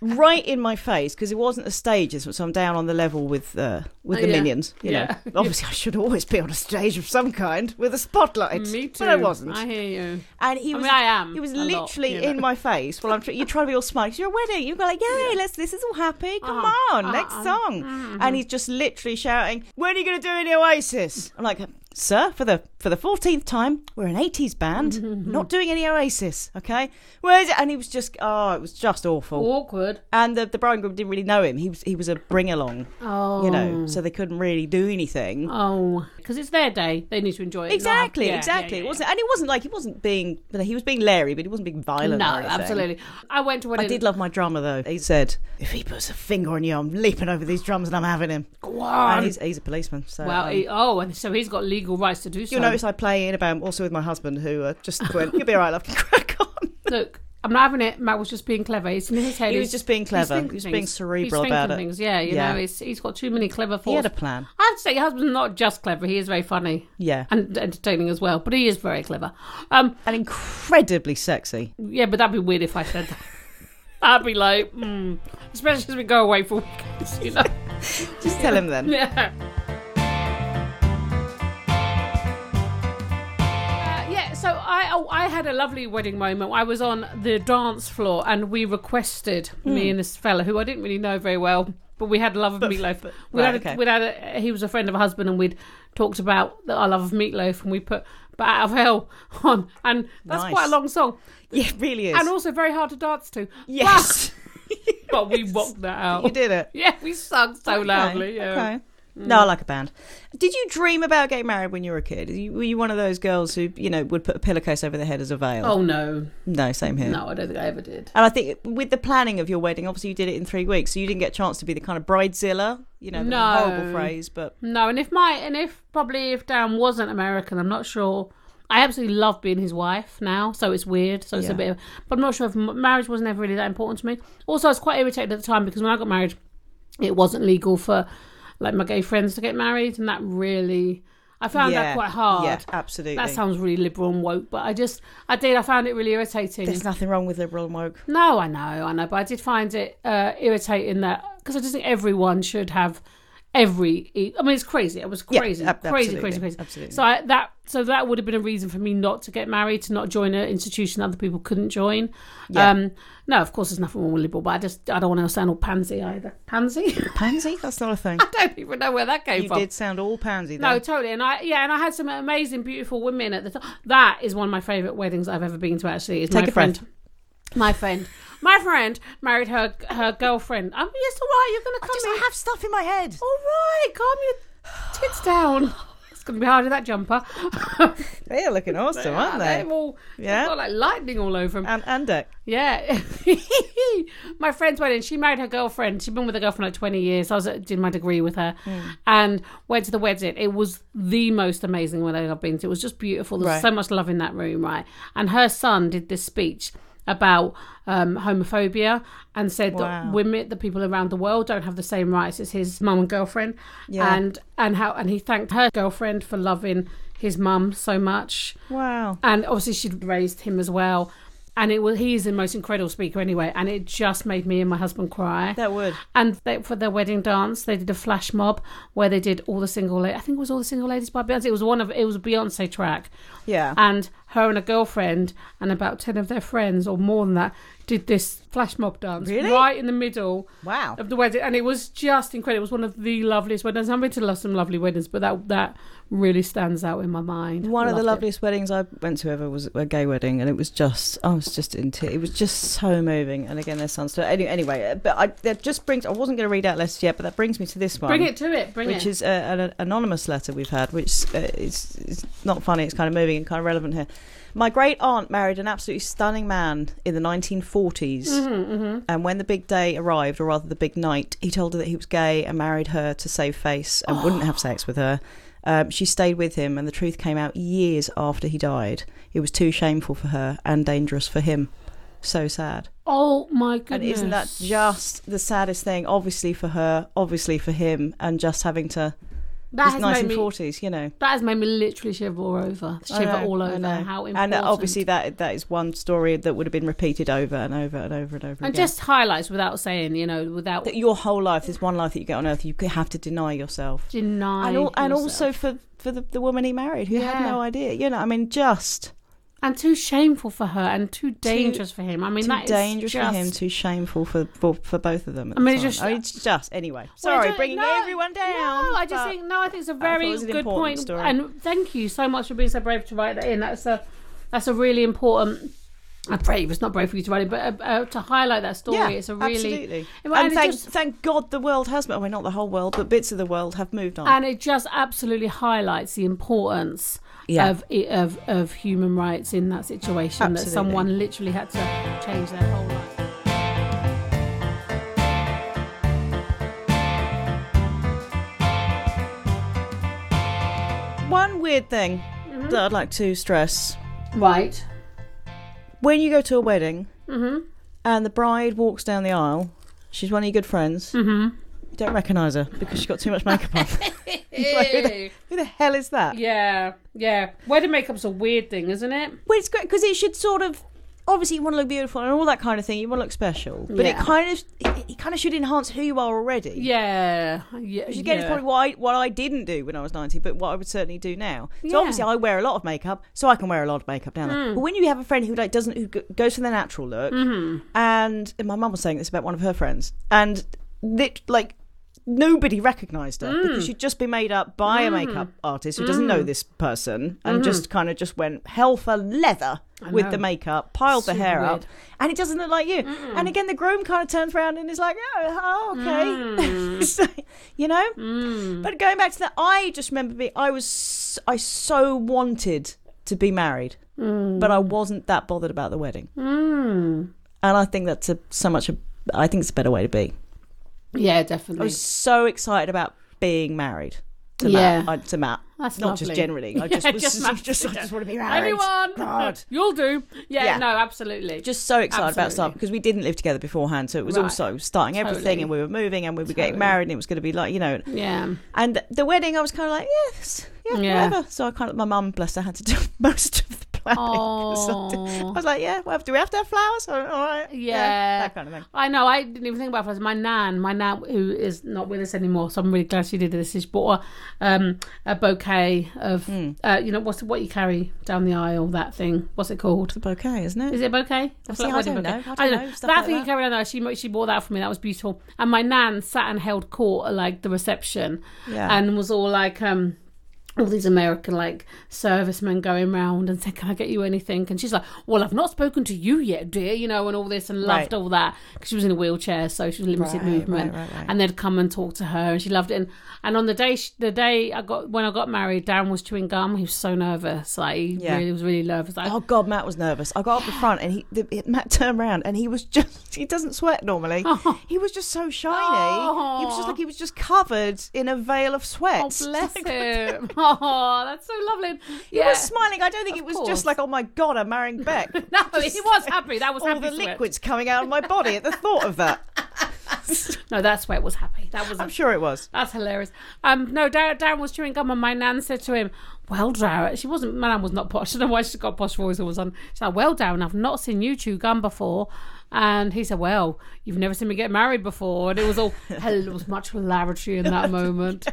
[SPEAKER 2] right in my face because it wasn't a stage, so I'm down on the level with uh, with the
[SPEAKER 1] Oh, Yeah.
[SPEAKER 2] minions. You
[SPEAKER 1] Yeah.
[SPEAKER 2] know, obviously I should always be on a stage of some kind with a spotlight.
[SPEAKER 1] Me too.
[SPEAKER 2] but I wasn't.
[SPEAKER 1] I hear you.
[SPEAKER 2] And he
[SPEAKER 1] I
[SPEAKER 2] was,
[SPEAKER 1] mean, I am
[SPEAKER 2] He was
[SPEAKER 1] a lot,
[SPEAKER 2] literally
[SPEAKER 1] you know.
[SPEAKER 2] in my face. Well, I'm. Tr- you're trying to be all smart. 'cause You're a wedding. You've got like, yay, let's. This is all happy. Come
[SPEAKER 1] Uh-huh.
[SPEAKER 2] on, next
[SPEAKER 1] Uh-uh.
[SPEAKER 2] song. And he's just literally shouting, "When are you going to do any Oasis?" I'm like, "Sir, for the for the fourteenth time, we're an '80s band. not doing any Oasis, okay? Where's it?" And he was just, oh, it was just awful.
[SPEAKER 1] Awkward.
[SPEAKER 2] And the the bride and groom didn't really know him. He was he was a bring along,
[SPEAKER 1] Oh,
[SPEAKER 2] you know, so they couldn't really do anything.
[SPEAKER 1] Oh, because it's their day. They need to enjoy it.
[SPEAKER 2] Exactly,
[SPEAKER 1] Yeah,
[SPEAKER 2] exactly.
[SPEAKER 1] yeah,
[SPEAKER 2] It
[SPEAKER 1] yeah,
[SPEAKER 2] wasn't, and it wasn't like he wasn't being. He was being Larry, but he wasn't being
[SPEAKER 1] yeah.
[SPEAKER 2] violent.
[SPEAKER 1] No,
[SPEAKER 2] or anything.
[SPEAKER 1] absolutely. I went to one.
[SPEAKER 2] I did love my drummer though. He said, "If he puts a finger on you, I'm leaping over these drums and I'm having him." And he's, he's a policeman, so
[SPEAKER 1] Um, Well,
[SPEAKER 2] um,
[SPEAKER 1] he, oh, and so he's got legal rights to do so.
[SPEAKER 2] you'll notice I play in about also with my husband, who uh, just went, "You'll be all right, love. Crack on."
[SPEAKER 1] Look, I'm not having it. Matt was just being clever. It's in his head.
[SPEAKER 2] He was
[SPEAKER 1] He's-
[SPEAKER 2] just being clever.
[SPEAKER 1] thinking
[SPEAKER 2] He was
[SPEAKER 1] things.
[SPEAKER 2] being cerebral
[SPEAKER 1] he's
[SPEAKER 2] about
[SPEAKER 1] thinking
[SPEAKER 2] it.
[SPEAKER 1] Things. Yeah, you
[SPEAKER 2] Yeah.
[SPEAKER 1] know, he's, he's got too many clever
[SPEAKER 2] He
[SPEAKER 1] thoughts.
[SPEAKER 2] had a plan.
[SPEAKER 1] I have to say, your husband's not just clever. He is very funny
[SPEAKER 2] Yeah, and,
[SPEAKER 1] and entertaining as well, but he is very clever. Um,
[SPEAKER 2] incredibly sexy.
[SPEAKER 1] yeah, but that'd be weird if I said that. I'd be like, mm. especially as we go away for weekends, you know.
[SPEAKER 2] Just tell him then.
[SPEAKER 1] Yeah. Uh, yeah, so I oh, I had a lovely wedding moment. I was on the dance floor and we requested
[SPEAKER 2] Hmm.
[SPEAKER 1] me and this fella who I didn't really know very well, but we had a love of meatloaf. we
[SPEAKER 2] right,
[SPEAKER 1] had a,
[SPEAKER 2] okay.
[SPEAKER 1] we had a, he was a friend of a husband and we'd talked about the, our love of meatloaf, and we put "But Out of Hell" on, and that's
[SPEAKER 2] Nice.
[SPEAKER 1] quite a long song,
[SPEAKER 2] Yeah, it really is.
[SPEAKER 1] and also very hard to dance to.
[SPEAKER 2] yes.
[SPEAKER 1] but we rocked that out.
[SPEAKER 2] you did it.
[SPEAKER 1] Yeah, we sung so
[SPEAKER 2] Okay,
[SPEAKER 1] loudly. Yeah.
[SPEAKER 2] Okay. No, I like a band. Did you dream about getting married when you were a kid? You- Were you one of those girls who, you know, would put a pillowcase over their head as a veil?
[SPEAKER 1] Oh no,
[SPEAKER 2] No, same here.
[SPEAKER 1] no, I don't think I ever did.
[SPEAKER 2] And I think with the planning of your wedding, obviously you did it in three weeks, so you didn't get a chance to be the kind of bridezilla, you know,
[SPEAKER 1] No.
[SPEAKER 2] the horrible phrase, but
[SPEAKER 1] No, and if my and if probably if Dan wasn't American, I'm not sure. I absolutely love being his wife now, so it's weird. So it's a
[SPEAKER 2] Yeah.
[SPEAKER 1] bit, of, but I'm not sure if m- marriage was never really that important to me. Also, I was quite irritated at the time because when I got married, it wasn't legal for like my gay friends to get married, and that really, I found that quite hard.
[SPEAKER 2] Yeah, absolutely.
[SPEAKER 1] That sounds really liberal and woke, but I just, I did, I found it really irritating.
[SPEAKER 2] There's nothing wrong with liberal and woke.
[SPEAKER 1] No, I know, I know, but I did find it uh, irritating that because I just think everyone should have every. e- I mean, it's crazy. It was
[SPEAKER 2] Yeah,
[SPEAKER 1] crazy,
[SPEAKER 2] ab-
[SPEAKER 1] crazy, crazy,
[SPEAKER 2] absolutely,
[SPEAKER 1] crazy.
[SPEAKER 2] absolutely.
[SPEAKER 1] So I, that so that would have been a reason for me not to get married, to not join an institution other people couldn't join.
[SPEAKER 2] Yeah.
[SPEAKER 1] Um, no, of course, there's nothing wrong with liberal, but I just I don't want to sound all pansy either. Pansy?
[SPEAKER 2] Pansy? That's not a thing.
[SPEAKER 1] I don't even know where that came
[SPEAKER 2] you
[SPEAKER 1] from.
[SPEAKER 2] did sound all pansy
[SPEAKER 1] No,
[SPEAKER 2] though.
[SPEAKER 1] Oh, totally. And I yeah, and I had some amazing, beautiful women at the time. That is one of my favourite weddings I've ever been to. Actually, is
[SPEAKER 2] Take
[SPEAKER 1] my
[SPEAKER 2] a
[SPEAKER 1] friend.
[SPEAKER 2] breath.
[SPEAKER 1] My friend, my friend married her her girlfriend. Um, yes, all right, you're gonna come
[SPEAKER 2] Just,
[SPEAKER 1] in.
[SPEAKER 2] I have stuff in my head.
[SPEAKER 1] all right, calm your tits down. It's gonna be hard in that jumper.
[SPEAKER 2] They're looking awesome, aren't
[SPEAKER 1] They're
[SPEAKER 2] they?
[SPEAKER 1] all yeah,
[SPEAKER 2] Yeah.
[SPEAKER 1] got like lightning all over them.
[SPEAKER 2] And uh, and it.
[SPEAKER 1] Yeah. my friend's wedding, she married her girlfriend. She'd been with her girlfriend like 20 years. I was at, did my degree with her
[SPEAKER 2] Hmm.
[SPEAKER 1] and went to the wedding. It was the most amazing wedding I've been to. It was just beautiful. There was
[SPEAKER 2] Right.
[SPEAKER 1] so much love in that room, right? And her son did this speech about um, homophobia and said
[SPEAKER 2] Wow.
[SPEAKER 1] that women, the people around the world, don't have the same rights as his mum and girlfriend.
[SPEAKER 2] Yeah.
[SPEAKER 1] And, and how and he thanked her girlfriend for loving his mum so much
[SPEAKER 2] Wow.
[SPEAKER 1] and obviously she'd raised him as well and it was he is the most incredible speaker anyway and it just made me and my husband cry
[SPEAKER 2] That would.
[SPEAKER 1] and they, for their wedding dance they did a flash mob where they did all the single la- i think it was all the single ladies by beyonce it was one of it was a beyonce track
[SPEAKER 2] Yeah.
[SPEAKER 1] and her and a girlfriend and about 10 of their friends or more than that did this flash mob dance
[SPEAKER 2] Really?
[SPEAKER 1] right in the middle
[SPEAKER 2] wow.
[SPEAKER 1] of the wedding and it was just incredible it was one of the loveliest weddings i've been to lo- some lovely weddings but that that really stands out in my mind
[SPEAKER 2] One of the
[SPEAKER 1] Loved it.
[SPEAKER 2] loveliest weddings I went to ever was a gay wedding, and it was just I was just in tears. It was just so moving. And again, their son's story. Anyway, anyway, uh, but I that just brings. I wasn't going to read out letters yet, but that brings me to this one.
[SPEAKER 1] bring it to it bring it
[SPEAKER 2] Which is uh, an, an anonymous letter we've had, which uh, is, is not funny. It's kind of moving and kind of relevant here. My great aunt married an absolutely stunning man in the 1940s, and when the big day arrived, or rather the big night, he told her that he was gay and married her to save face and wouldn't have sex with her. Um, she stayed with him, and the truth came out years after he died. It was too shameful for her and dangerous for him. So sad.
[SPEAKER 1] Oh my goodness!
[SPEAKER 2] And isn't that just the saddest thing? Obviously for her, obviously for him, and just having to
[SPEAKER 1] that
[SPEAKER 2] it's
[SPEAKER 1] has
[SPEAKER 2] nice
[SPEAKER 1] made
[SPEAKER 2] and
[SPEAKER 1] me,
[SPEAKER 2] forties, you know.
[SPEAKER 1] That has made me literally shiver all over,
[SPEAKER 2] I
[SPEAKER 1] shiver
[SPEAKER 2] know,
[SPEAKER 1] all
[SPEAKER 2] I
[SPEAKER 1] over.
[SPEAKER 2] know.
[SPEAKER 1] How important!
[SPEAKER 2] and uh, obviously that that is one story that would have been repeated over and over and over and over
[SPEAKER 1] and
[SPEAKER 2] again.
[SPEAKER 1] just highlights without saying, you know, without
[SPEAKER 2] that your whole life, there's one life that you get on earth, you could have to deny yourself,
[SPEAKER 1] denying,
[SPEAKER 2] and al- and
[SPEAKER 1] yourself.
[SPEAKER 2] also for for the, the woman he married who
[SPEAKER 1] Yeah.
[SPEAKER 2] had no idea, you know. I mean, just
[SPEAKER 1] and too shameful for her, and too dangerous for him. I mean, that
[SPEAKER 2] too
[SPEAKER 1] is
[SPEAKER 2] dangerous for him,
[SPEAKER 1] just-
[SPEAKER 2] too shameful for for, for both of them. At
[SPEAKER 1] I
[SPEAKER 2] the
[SPEAKER 1] mean, it's
[SPEAKER 2] time.
[SPEAKER 1] just-
[SPEAKER 2] I mean, it's just anyway.
[SPEAKER 1] Well, I
[SPEAKER 2] Sorry,
[SPEAKER 1] don't-
[SPEAKER 2] bringing
[SPEAKER 1] no,
[SPEAKER 2] everyone down.
[SPEAKER 1] No, I just
[SPEAKER 2] but-
[SPEAKER 1] think no. I think it's a
[SPEAKER 2] thought it
[SPEAKER 1] very
[SPEAKER 2] was an
[SPEAKER 1] good
[SPEAKER 2] important
[SPEAKER 1] point,
[SPEAKER 2] story.
[SPEAKER 1] and thank you so much for being so brave to write that in. That's a that's a really important. I brave. It's not brave for you to write it, but uh, uh, to highlight that story,
[SPEAKER 2] Yeah,
[SPEAKER 1] it's a really
[SPEAKER 2] absolutely.
[SPEAKER 1] Well,
[SPEAKER 2] and
[SPEAKER 1] and it
[SPEAKER 2] thank,
[SPEAKER 1] just-
[SPEAKER 2] thank God the world has moved. Well, not the whole world, but bits of the world have moved on.
[SPEAKER 1] and it just absolutely highlights the importance
[SPEAKER 2] Yeah.
[SPEAKER 1] of, of of human rights in that situation that
[SPEAKER 2] Absolutely.
[SPEAKER 1] someone literally had to change their whole life.
[SPEAKER 2] One weird thing
[SPEAKER 1] Mm-hmm.
[SPEAKER 2] that I'd like to stress
[SPEAKER 1] Right.
[SPEAKER 2] when you go to a wedding
[SPEAKER 1] Mm-hmm.
[SPEAKER 2] and the bride walks down the aisle, she's one of your good friends. Mm-hmm. You don't recognise her because she's got too much makeup on. Who the hell is that?
[SPEAKER 1] yeah, yeah. Wedding makeup's a weird thing, isn't it?
[SPEAKER 2] Well, it's great because it should sort of. Obviously, you want to look beautiful and all that kind of thing. You want to look special, but it
[SPEAKER 1] Yeah.
[SPEAKER 2] kind of it, it kind of should enhance who you are already.
[SPEAKER 1] Yeah, yeah.
[SPEAKER 2] Which again is probably what I, what I didn't do when I was 90, but what I would certainly do now. So
[SPEAKER 1] Yeah. Hmm.
[SPEAKER 2] obviously I wear a lot of makeup, so I can wear a lot of makeup down there. But when you have a friend who like doesn't who g- goes for the natural
[SPEAKER 1] Mm-hmm.
[SPEAKER 2] look, and, and my mum was saying this about one of her friends, and lit, like nobody recognised her
[SPEAKER 1] Hmm.
[SPEAKER 2] because she'd just been made up by a makeup artist who doesn't know this person and just kind of just went hell for leather with
[SPEAKER 1] Hmm.
[SPEAKER 2] the
[SPEAKER 1] know.
[SPEAKER 2] makeup, piled the
[SPEAKER 1] Super
[SPEAKER 2] hair up,
[SPEAKER 1] weird.
[SPEAKER 2] and it doesn't look like you. And again, the groom kind of turns around and is like, oh, oh, okay.
[SPEAKER 1] Hmm.
[SPEAKER 2] so, you know? But going back to that, I just remember being, I was, s- I so wanted to be married,
[SPEAKER 1] Mm.
[SPEAKER 2] but I wasn't that bothered about the wedding. And I think that's a, so much, a, I think it's a better way to be.
[SPEAKER 1] Yeah,
[SPEAKER 2] I
[SPEAKER 1] definitely.
[SPEAKER 2] was so excited about being married to
[SPEAKER 1] Yeah.
[SPEAKER 2] Matt. I, to Matt.
[SPEAKER 1] That's
[SPEAKER 2] Not just
[SPEAKER 1] lovely.
[SPEAKER 2] generally. I
[SPEAKER 1] Yeah,
[SPEAKER 2] just, was,
[SPEAKER 1] just
[SPEAKER 2] just,
[SPEAKER 1] Matt.
[SPEAKER 2] just, I just want to be married.
[SPEAKER 1] Everyone,
[SPEAKER 2] God.
[SPEAKER 1] you'll do. Yeah,
[SPEAKER 2] Yeah.
[SPEAKER 1] no, absolutely.
[SPEAKER 2] just so excited about
[SPEAKER 1] Absolutely.
[SPEAKER 2] stuff because we didn't live together beforehand so it was
[SPEAKER 1] Right.
[SPEAKER 2] also starting everything
[SPEAKER 1] Totally.
[SPEAKER 2] and we were moving and we were
[SPEAKER 1] Totally.
[SPEAKER 2] getting married and it was going to be like you know
[SPEAKER 1] yeah,
[SPEAKER 2] and the wedding i was kind of like yes yeah,
[SPEAKER 1] Yeah.
[SPEAKER 2] whatever so i kind of my mum bless her had to do most of the planning 'cause I did-
[SPEAKER 1] Aw.
[SPEAKER 2] i was like yeah well, do we have to have flowers all right
[SPEAKER 1] Yeah.
[SPEAKER 2] that kind of thing
[SPEAKER 1] I know. I didn't even think about flowers. My nan, my nan, who is not with us anymore, so I'm really glad she did this. She bought a, um, a bouquet of,
[SPEAKER 2] Hmm.
[SPEAKER 1] uh, you know, what's what you carry down the aisle. That thing. What's it called?
[SPEAKER 2] the bouquet isn't it
[SPEAKER 1] Is it a bouquet? The
[SPEAKER 2] See, I
[SPEAKER 1] wedding
[SPEAKER 2] don't
[SPEAKER 1] bouquet.
[SPEAKER 2] know. I don't know.
[SPEAKER 1] That
[SPEAKER 2] Stuff like
[SPEAKER 1] thing you
[SPEAKER 2] that.
[SPEAKER 1] carry around, there, she mo- she bought that for me. That was beautiful. And my nan sat and held court at like the reception,
[SPEAKER 2] Yeah.
[SPEAKER 1] and was all like, um, all these American like servicemen going round and saying, "Can I get you anything?" And she's like, "Well, I've not spoken to you yet, dear," you know, and all this, and loved
[SPEAKER 2] Right.
[SPEAKER 1] all that because she was in a wheelchair, so she was limited
[SPEAKER 2] Right,
[SPEAKER 1] movement.
[SPEAKER 2] right, right, right.
[SPEAKER 1] And they'd come and talk to her, and she loved it. And, and on the day she, the day I got when I got married, Darren was chewing gum. He was so nervous, like he
[SPEAKER 2] Yeah.
[SPEAKER 1] really was really nervous. Like,
[SPEAKER 2] Oh God, Matt was nervous. I got up the front and he, the, it- Matt turned around and he was just—he doesn't sweat normally.
[SPEAKER 1] Oh.
[SPEAKER 2] He was just so shiny. He was just like he was just covered in a veil of sweat.
[SPEAKER 1] Oh, bless him. Oh, that's so lovely. Yeah.
[SPEAKER 2] He was smiling. I don't think it was
[SPEAKER 1] course.
[SPEAKER 2] just like, oh my God, I'm marrying Beck.
[SPEAKER 1] no, he was happy. That was
[SPEAKER 2] All
[SPEAKER 1] happy
[SPEAKER 2] the
[SPEAKER 1] sweat.
[SPEAKER 2] liquids coming out of my body at the thought of that.
[SPEAKER 1] No, that sweat was happy. That was.
[SPEAKER 2] I'm sure it was.
[SPEAKER 1] That's hilarious. Um, no, Dar- Darren was chewing gum, and my nan said to him, "Well, Darren, she wasn't. My nan was not posh. I don't know why she's got posh voice all of a sudden. She's like, "Well, Darren, I've not seen you chew gum before." And he said, "Well, you've never seen me get married before," and it was all hell. It was much hilarity in that moment.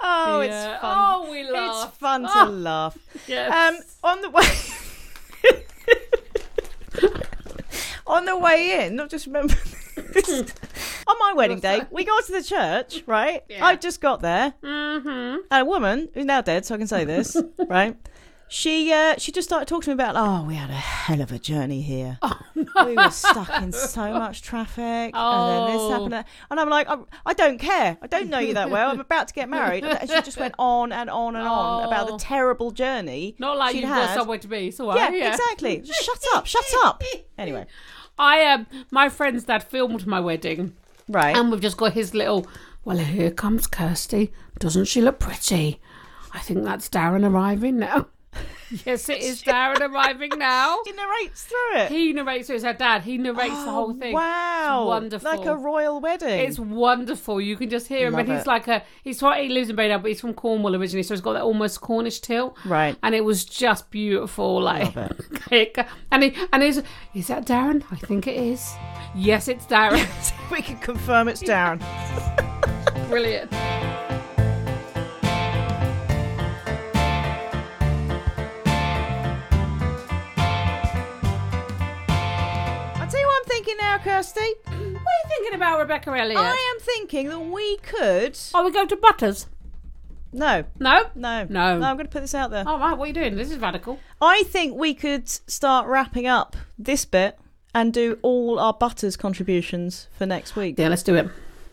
[SPEAKER 2] Oh,
[SPEAKER 1] Yeah.
[SPEAKER 2] it's fun.
[SPEAKER 1] Oh, we laugh.
[SPEAKER 2] It's fun to
[SPEAKER 1] Oh.
[SPEAKER 2] laugh.
[SPEAKER 1] Yes.
[SPEAKER 2] Um, on the way. on the way in, not just remember. this. on my wedding day, we got to the church, right? I just got there.
[SPEAKER 1] Um,
[SPEAKER 2] Mm-hmm. And a woman who's now dead, so I can say this, right? She uh, she just started talking to me about oh we had a hell of a journey here
[SPEAKER 1] Oh,
[SPEAKER 2] we were stuck in so much traffic and then
[SPEAKER 1] Oh.
[SPEAKER 2] this happened and- and I'm like I, I don't care I don't know you that well I'm about to get married and she just went on and on and on about
[SPEAKER 1] Oh.
[SPEAKER 2] the terrible journey
[SPEAKER 1] not like
[SPEAKER 2] she'd
[SPEAKER 1] you've
[SPEAKER 2] had.
[SPEAKER 1] got somewhere to be. It's all
[SPEAKER 2] Yeah,
[SPEAKER 1] right.
[SPEAKER 2] exactly. Just shut up, shut up. Anyway,
[SPEAKER 1] I um, my friend's dad filmed my wedding.
[SPEAKER 2] right.
[SPEAKER 1] And we've just got his little, well, here comes Kirsty. Doesn't she look pretty? I think that's Darren arriving now. yes, it is Darren arriving now.
[SPEAKER 2] she narrates through it.
[SPEAKER 1] He narrates it. It's her dad. He narrates the whole thing.
[SPEAKER 2] Oh, Wow,
[SPEAKER 1] It's wonderful.
[SPEAKER 2] Like a royal wedding.
[SPEAKER 1] It's wonderful. You can just hear him,
[SPEAKER 2] Love
[SPEAKER 1] and he's
[SPEAKER 2] it.
[SPEAKER 1] like a he's from he lives in Bay now, but he's from Cornwall originally, so he's got that almost Cornish tilt.
[SPEAKER 2] Right.
[SPEAKER 1] And it was just beautiful, like and he and he's is that Darren? I think it is. Yes, it's Darren.
[SPEAKER 2] we can confirm it's down.
[SPEAKER 1] Brilliant.
[SPEAKER 2] I tell you what I'm thinking now, Kirsty.
[SPEAKER 1] What are you thinking about Rebecca Elliott?
[SPEAKER 2] I am thinking that we could.
[SPEAKER 1] Oh, we go to Butters?
[SPEAKER 2] No,
[SPEAKER 1] No? No.
[SPEAKER 2] no, no. I'm going to put this out there.
[SPEAKER 1] All right, what are you doing? This is radical.
[SPEAKER 2] I think we could start wrapping up this bit and do all our butters contributions for next week.
[SPEAKER 1] Yeah, let's do it.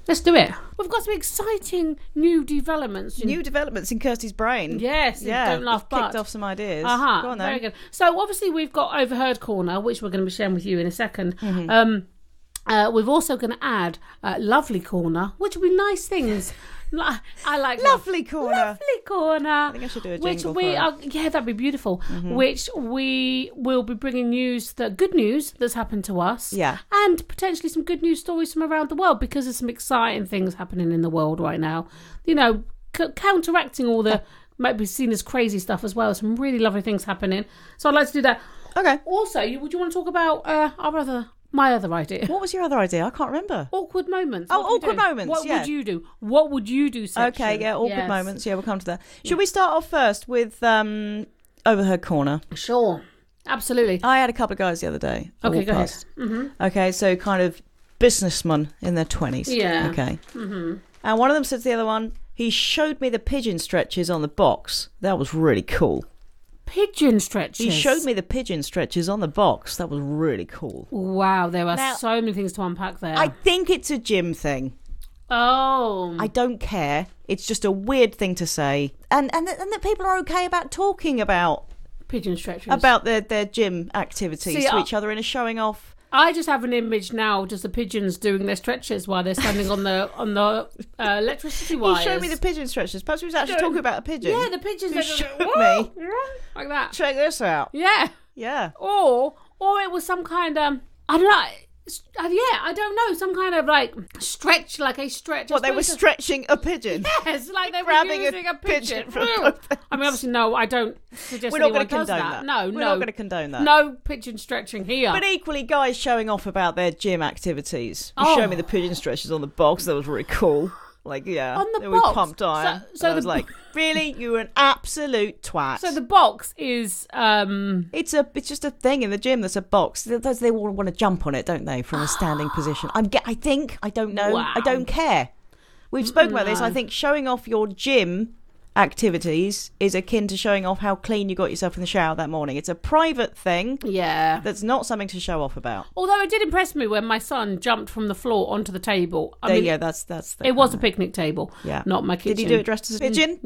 [SPEAKER 1] Let's do it. We've got some exciting new developments. in-
[SPEAKER 2] New developments in Kirsty's brain.
[SPEAKER 1] Yes, in
[SPEAKER 2] yeah.
[SPEAKER 1] Don't Laugh
[SPEAKER 2] I've
[SPEAKER 1] But.
[SPEAKER 2] Kicked off some ideas.
[SPEAKER 1] Uh-huh.
[SPEAKER 2] Go on then.
[SPEAKER 1] Very good. So obviously we've got Overheard Corner, which we're going to be sharing with you in a 2nd
[SPEAKER 2] Mm-hmm.
[SPEAKER 1] Um, uh, we're also going to add uh, Lovely Corner, which will be nice things. Li- I like
[SPEAKER 2] Lovely corner.
[SPEAKER 1] Lovely corner. I
[SPEAKER 2] think I should do a
[SPEAKER 1] Which
[SPEAKER 2] jingle
[SPEAKER 1] we
[SPEAKER 2] for Mm-hmm. it.
[SPEAKER 1] are, yeah, that'd be beautiful. Which we will be bringing news, the good news that's happened to us,
[SPEAKER 2] Yeah.
[SPEAKER 1] and potentially some good news stories from around the world because there's some exciting things happening in the world right now. You know, c- counteracting all the might be seen as crazy stuff as well. Some really lovely things happening. So I'd like to do that.
[SPEAKER 2] Okay.
[SPEAKER 1] Also, you, would you want to talk about uh, our other, my other idea?
[SPEAKER 2] What was your other idea? I can't remember.
[SPEAKER 1] Awkward moments.
[SPEAKER 2] Oh,
[SPEAKER 1] What do we
[SPEAKER 2] awkward
[SPEAKER 1] do?
[SPEAKER 2] moments,
[SPEAKER 1] What
[SPEAKER 2] yeah.
[SPEAKER 1] would you do? What would you do? Section.
[SPEAKER 2] Okay, yeah, all good
[SPEAKER 1] Yes.
[SPEAKER 2] moments. Yeah, we'll come to that. Should we start off first with um, Overheard Corner?
[SPEAKER 1] Sure. Absolutely.
[SPEAKER 2] I had a couple of guys the other day. I
[SPEAKER 1] Okay,
[SPEAKER 2] walked
[SPEAKER 1] go ahead.
[SPEAKER 2] past. Okay, so kind of businessmen in their 20s.
[SPEAKER 1] Yeah. Mm-hmm.
[SPEAKER 2] Okay. And one of them said to the other one, he showed me the pigeon stretches on the box. That was really cool.
[SPEAKER 1] Pigeon stretches.
[SPEAKER 2] He showed me the pigeon stretches on the box. That was really cool.
[SPEAKER 1] Wow, there are
[SPEAKER 2] Now-
[SPEAKER 1] so many things to unpack there.
[SPEAKER 2] I think it's a gym thing.
[SPEAKER 1] oh,
[SPEAKER 2] I don't care. It's just a weird thing to say. And and that, and that people are okay about talking about
[SPEAKER 1] pigeon stretches.
[SPEAKER 2] about their, their gym activities
[SPEAKER 1] See,
[SPEAKER 2] to
[SPEAKER 1] I-
[SPEAKER 2] each other in a showing off.
[SPEAKER 1] I just have an image now, of just the pigeons doing their stretches while they're standing on the on the uh, electricity
[SPEAKER 2] He
[SPEAKER 1] wires.
[SPEAKER 2] showed me the pigeon stretches. Perhaps he was actually
[SPEAKER 1] No.
[SPEAKER 2] talking about a pigeon.
[SPEAKER 1] yeah, the pigeons.
[SPEAKER 2] He
[SPEAKER 1] that go,
[SPEAKER 2] showed
[SPEAKER 1] "Whoa,"
[SPEAKER 2] me.
[SPEAKER 1] like that.
[SPEAKER 2] Check this out.
[SPEAKER 1] Yeah,
[SPEAKER 2] Yeah.
[SPEAKER 1] or or it was some kind of I don't know. it's- uh, yeah, I don't know. Some kind of like stretch, like a stretch. I
[SPEAKER 2] What, they were
[SPEAKER 1] suppose-
[SPEAKER 2] stretching a pigeon.
[SPEAKER 1] Yes, like they were
[SPEAKER 2] grabbing a
[SPEAKER 1] using a, pigeon.
[SPEAKER 2] pigeon from
[SPEAKER 1] Ew.
[SPEAKER 2] both ends.
[SPEAKER 1] I mean, obviously, no, I don't suggest
[SPEAKER 2] We're not
[SPEAKER 1] anyone
[SPEAKER 2] going to
[SPEAKER 1] does
[SPEAKER 2] condone
[SPEAKER 1] that.
[SPEAKER 2] that.
[SPEAKER 1] No,
[SPEAKER 2] We're
[SPEAKER 1] no,
[SPEAKER 2] not going to condone that.
[SPEAKER 1] no pigeon stretching here.
[SPEAKER 2] But equally, guys showing off about their gym activities. You
[SPEAKER 1] Oh.
[SPEAKER 2] showed me the pigeon stretches on the box. That was really cool. Like, yeah.
[SPEAKER 1] On the
[SPEAKER 2] then
[SPEAKER 1] box?
[SPEAKER 2] We pumped iron.
[SPEAKER 1] So- so
[SPEAKER 2] and I was
[SPEAKER 1] the-
[SPEAKER 2] like, really? You're an absolute twat.
[SPEAKER 1] so the box is um
[SPEAKER 2] It's a, it's just a thing in the gym. That's a box. Th- Those they all want to jump on it, don't they? From a standing position. I'm, ge- I think I don't know.
[SPEAKER 1] Wow.
[SPEAKER 2] I don't care. We've spoken about this.
[SPEAKER 1] No.
[SPEAKER 2] I think showing off your gym activities is akin to showing off how clean you got yourself in the shower that morning. It's a private thing
[SPEAKER 1] yeah.
[SPEAKER 2] that's not something to show off about.
[SPEAKER 1] Although it did impress me when my son jumped from the floor onto the table. I
[SPEAKER 2] There
[SPEAKER 1] mean,
[SPEAKER 2] you go. That's that's. The
[SPEAKER 1] it was a picnic table,
[SPEAKER 2] Yeah.
[SPEAKER 1] not my kitchen.
[SPEAKER 2] Did you do it dressed as a pigeon?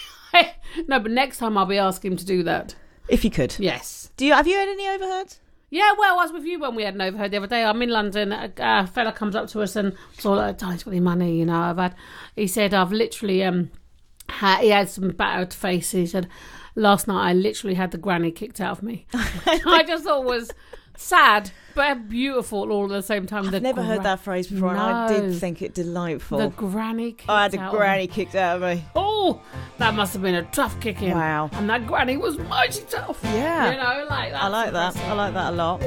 [SPEAKER 1] no, but next time I'll be asking him to do that.
[SPEAKER 2] If you could.
[SPEAKER 1] Yes.
[SPEAKER 2] Do you have you had any overheard?
[SPEAKER 1] Yeah, well, I was with you when we had an overheard the other day. I'm in London. A, a fella comes up to us and was all like, "Oh, he's got any money, you know." I've had. He said, "I've literally um, ha he had some battered face." He said, "Last night I literally had the granny kicked out of me." I just thought was sad but beautiful all at the same time. The
[SPEAKER 2] Never heard
[SPEAKER 1] gra-
[SPEAKER 2] that phrase before, and I did
[SPEAKER 1] No.
[SPEAKER 2] think it delightful. Oh,
[SPEAKER 1] The granny kicked
[SPEAKER 2] I had a
[SPEAKER 1] out of me.
[SPEAKER 2] granny kicked out of me.
[SPEAKER 1] Oh, that must have been a tough kick in.
[SPEAKER 2] Wow.
[SPEAKER 1] And that granny was mighty tough.
[SPEAKER 2] Yeah.
[SPEAKER 1] You know, like that.
[SPEAKER 2] I like that. I like that a lot.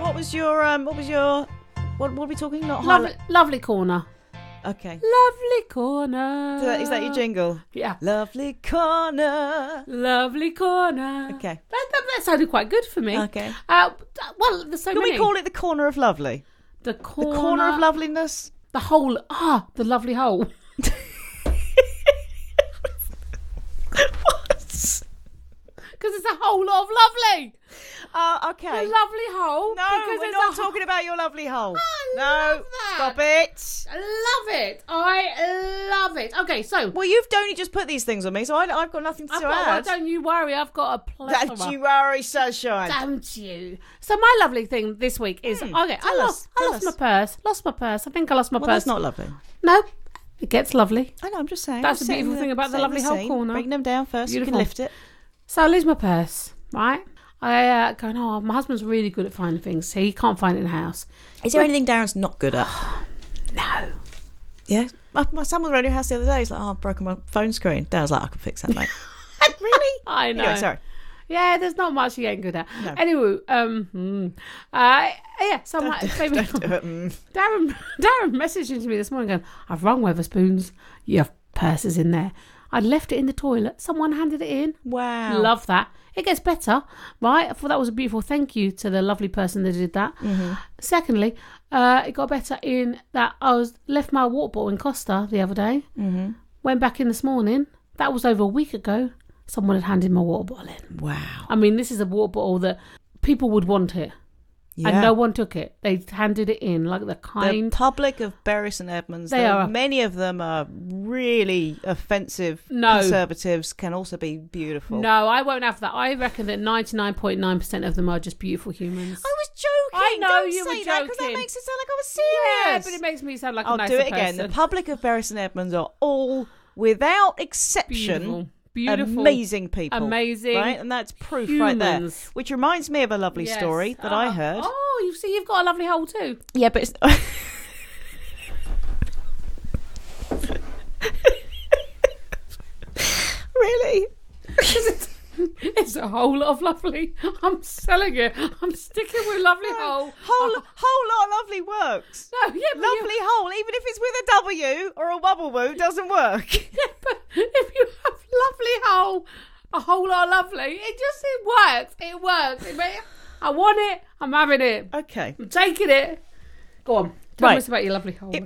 [SPEAKER 2] What was your um? What was your? What, what are we talking? Not
[SPEAKER 1] Lovely,
[SPEAKER 2] highlight.
[SPEAKER 1] lovely corner.
[SPEAKER 2] Okay.
[SPEAKER 1] Lovely corner.
[SPEAKER 2] Is that- Is that your jingle?
[SPEAKER 1] Yeah.
[SPEAKER 2] Lovely corner.
[SPEAKER 1] Lovely corner.
[SPEAKER 2] Okay.
[SPEAKER 1] That, that, that sounded quite good for me.
[SPEAKER 2] Okay.
[SPEAKER 1] Uh, well, there's so
[SPEAKER 2] Can
[SPEAKER 1] many.
[SPEAKER 2] we call it the corner of lovely?
[SPEAKER 1] the
[SPEAKER 2] The
[SPEAKER 1] corner,
[SPEAKER 2] corner of loveliness.
[SPEAKER 1] The hole. Ah, the lovely hole.
[SPEAKER 2] what?
[SPEAKER 1] Because it's a hole of lovely.
[SPEAKER 2] Oh,
[SPEAKER 1] The
[SPEAKER 2] okay.
[SPEAKER 1] lovely hole.
[SPEAKER 2] no,
[SPEAKER 1] because
[SPEAKER 2] we're
[SPEAKER 1] it's
[SPEAKER 2] not
[SPEAKER 1] a hole-
[SPEAKER 2] talking about your lovely hole.
[SPEAKER 1] I
[SPEAKER 2] no,
[SPEAKER 1] love that.
[SPEAKER 2] stop it.
[SPEAKER 1] I love it. I love it. Okay, so
[SPEAKER 2] Well, you've only just put these things on me, so I, I've got nothing to
[SPEAKER 1] I've got, well,
[SPEAKER 2] add.
[SPEAKER 1] don't you worry. I've got a plethora.
[SPEAKER 2] Don't you worry, sunshine.
[SPEAKER 1] don't you? So my lovely thing this week is okay. I
[SPEAKER 2] Hmm, tell us,
[SPEAKER 1] lost. I
[SPEAKER 2] tell
[SPEAKER 1] lost
[SPEAKER 2] us.
[SPEAKER 1] my purse. Lost my purse. I think I lost my
[SPEAKER 2] Well,
[SPEAKER 1] purse.
[SPEAKER 2] that's not lovely.
[SPEAKER 1] No, it gets lovely.
[SPEAKER 2] I know. I'm just saying.
[SPEAKER 1] That's the
[SPEAKER 2] I'm setting
[SPEAKER 1] beautiful thing about the
[SPEAKER 2] setting
[SPEAKER 1] lovely hole
[SPEAKER 2] scene.
[SPEAKER 1] corner.
[SPEAKER 2] Bring them down first.
[SPEAKER 1] Beautiful.
[SPEAKER 2] You can lift it.
[SPEAKER 1] So I lose my purse, right? I uh, go, oh, my husband's really good at finding things. He can't find it in the house.
[SPEAKER 2] Is there anything Darren's not good at?
[SPEAKER 1] No.
[SPEAKER 2] yeah. My, my son was around your house the other day. He's like, "Oh, I've broken my phone screen." Darren's like, "I can fix that, mate." really?
[SPEAKER 1] I know.
[SPEAKER 2] Anyway, sorry.
[SPEAKER 1] Yeah, there's not much he ain't good at.
[SPEAKER 2] No.
[SPEAKER 1] Anyway, um, mm, uh, yeah, so I'm like, baby,
[SPEAKER 2] Um,
[SPEAKER 1] Darren, Darren messaging to me this morning going, I've rung Weatherspoons. Your purse is in there. I'd left it in the toilet. Someone handed it in.
[SPEAKER 2] wow.
[SPEAKER 1] Love that. It gets better, right? I thought that was a beautiful thank you to the lovely person that did that.
[SPEAKER 2] Mm-hmm.
[SPEAKER 1] Secondly, uh, it got better in that I was left my water bottle in Costa the other day. Mm-hmm. Went back in this morning. That was over a week ago. Someone had handed my water bottle in.
[SPEAKER 2] Wow.
[SPEAKER 1] I mean, this is a water bottle that people would want it,
[SPEAKER 2] Yeah.
[SPEAKER 1] and no one took it. They handed it in like the
[SPEAKER 2] the
[SPEAKER 1] kind.
[SPEAKER 2] public of Berris and Edmonds,
[SPEAKER 1] They
[SPEAKER 2] though
[SPEAKER 1] are-
[SPEAKER 2] many of them are really offensive.
[SPEAKER 1] No.
[SPEAKER 2] Conservatives can also be beautiful.
[SPEAKER 1] no, I won't have that. I reckon that ninety nine point nine percent of them are just beautiful humans.
[SPEAKER 2] I was joking.
[SPEAKER 1] I know
[SPEAKER 2] Don't
[SPEAKER 1] you were
[SPEAKER 2] say that because that
[SPEAKER 1] joking.
[SPEAKER 2] makes it sound like I was
[SPEAKER 1] yeah,
[SPEAKER 2] serious.
[SPEAKER 1] but it makes me sound like a
[SPEAKER 2] I'll
[SPEAKER 1] nicer
[SPEAKER 2] do it again. The
[SPEAKER 1] person.
[SPEAKER 2] public of Berris and Edmonds are all, without exception,
[SPEAKER 1] Beautiful, beautiful,
[SPEAKER 2] amazing people.
[SPEAKER 1] amazing
[SPEAKER 2] Right? And that's proof right there.
[SPEAKER 1] humans.
[SPEAKER 2] Which reminds me of a lovely
[SPEAKER 1] Yes.
[SPEAKER 2] story that
[SPEAKER 1] Oh,
[SPEAKER 2] I heard.
[SPEAKER 1] Oh, you see, you've got a lovely hole too.
[SPEAKER 2] Yeah, but it's. really?
[SPEAKER 1] It's a whole lot of lovely. I'm selling it. I'm sticking with lovely hole.
[SPEAKER 2] Whole, whole lot of lovely works.
[SPEAKER 1] No, Oh. yeah, but
[SPEAKER 2] Lovely
[SPEAKER 1] You,
[SPEAKER 2] hole, even if it's with a W or a wobble woo, doesn't work.
[SPEAKER 1] yeah, but if you have lovely hole, a whole lot of lovely, it just it works. It works. It may, I want it. I'm having it.
[SPEAKER 2] Okay.
[SPEAKER 1] I'm taking it. Go on. Tell
[SPEAKER 2] Right.
[SPEAKER 1] us about your lovely hole.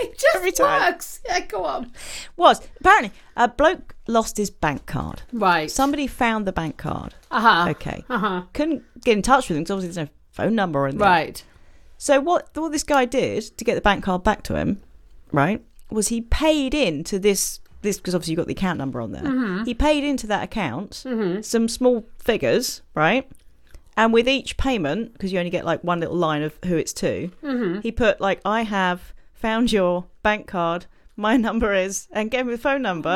[SPEAKER 1] It, just
[SPEAKER 2] every time.
[SPEAKER 1] works. Yeah, go on.
[SPEAKER 2] Was apparently a bloke lost his bank card.
[SPEAKER 1] Right.
[SPEAKER 2] Somebody found the bank card.
[SPEAKER 1] Uh-huh.
[SPEAKER 2] Okay.
[SPEAKER 1] Uh-huh.
[SPEAKER 2] Couldn't get in touch with him because obviously there's no phone number in there.
[SPEAKER 1] Right.
[SPEAKER 2] So what what this guy did to get the bank card back to him, right, was he paid into this this because obviously you've got the account number on there. He paid into that account some small figures, right? And with each payment, because you only get like one little line of who it's to,
[SPEAKER 1] Mm-hmm.
[SPEAKER 2] he put like I have found your bank card. My number is, and gave him the phone number,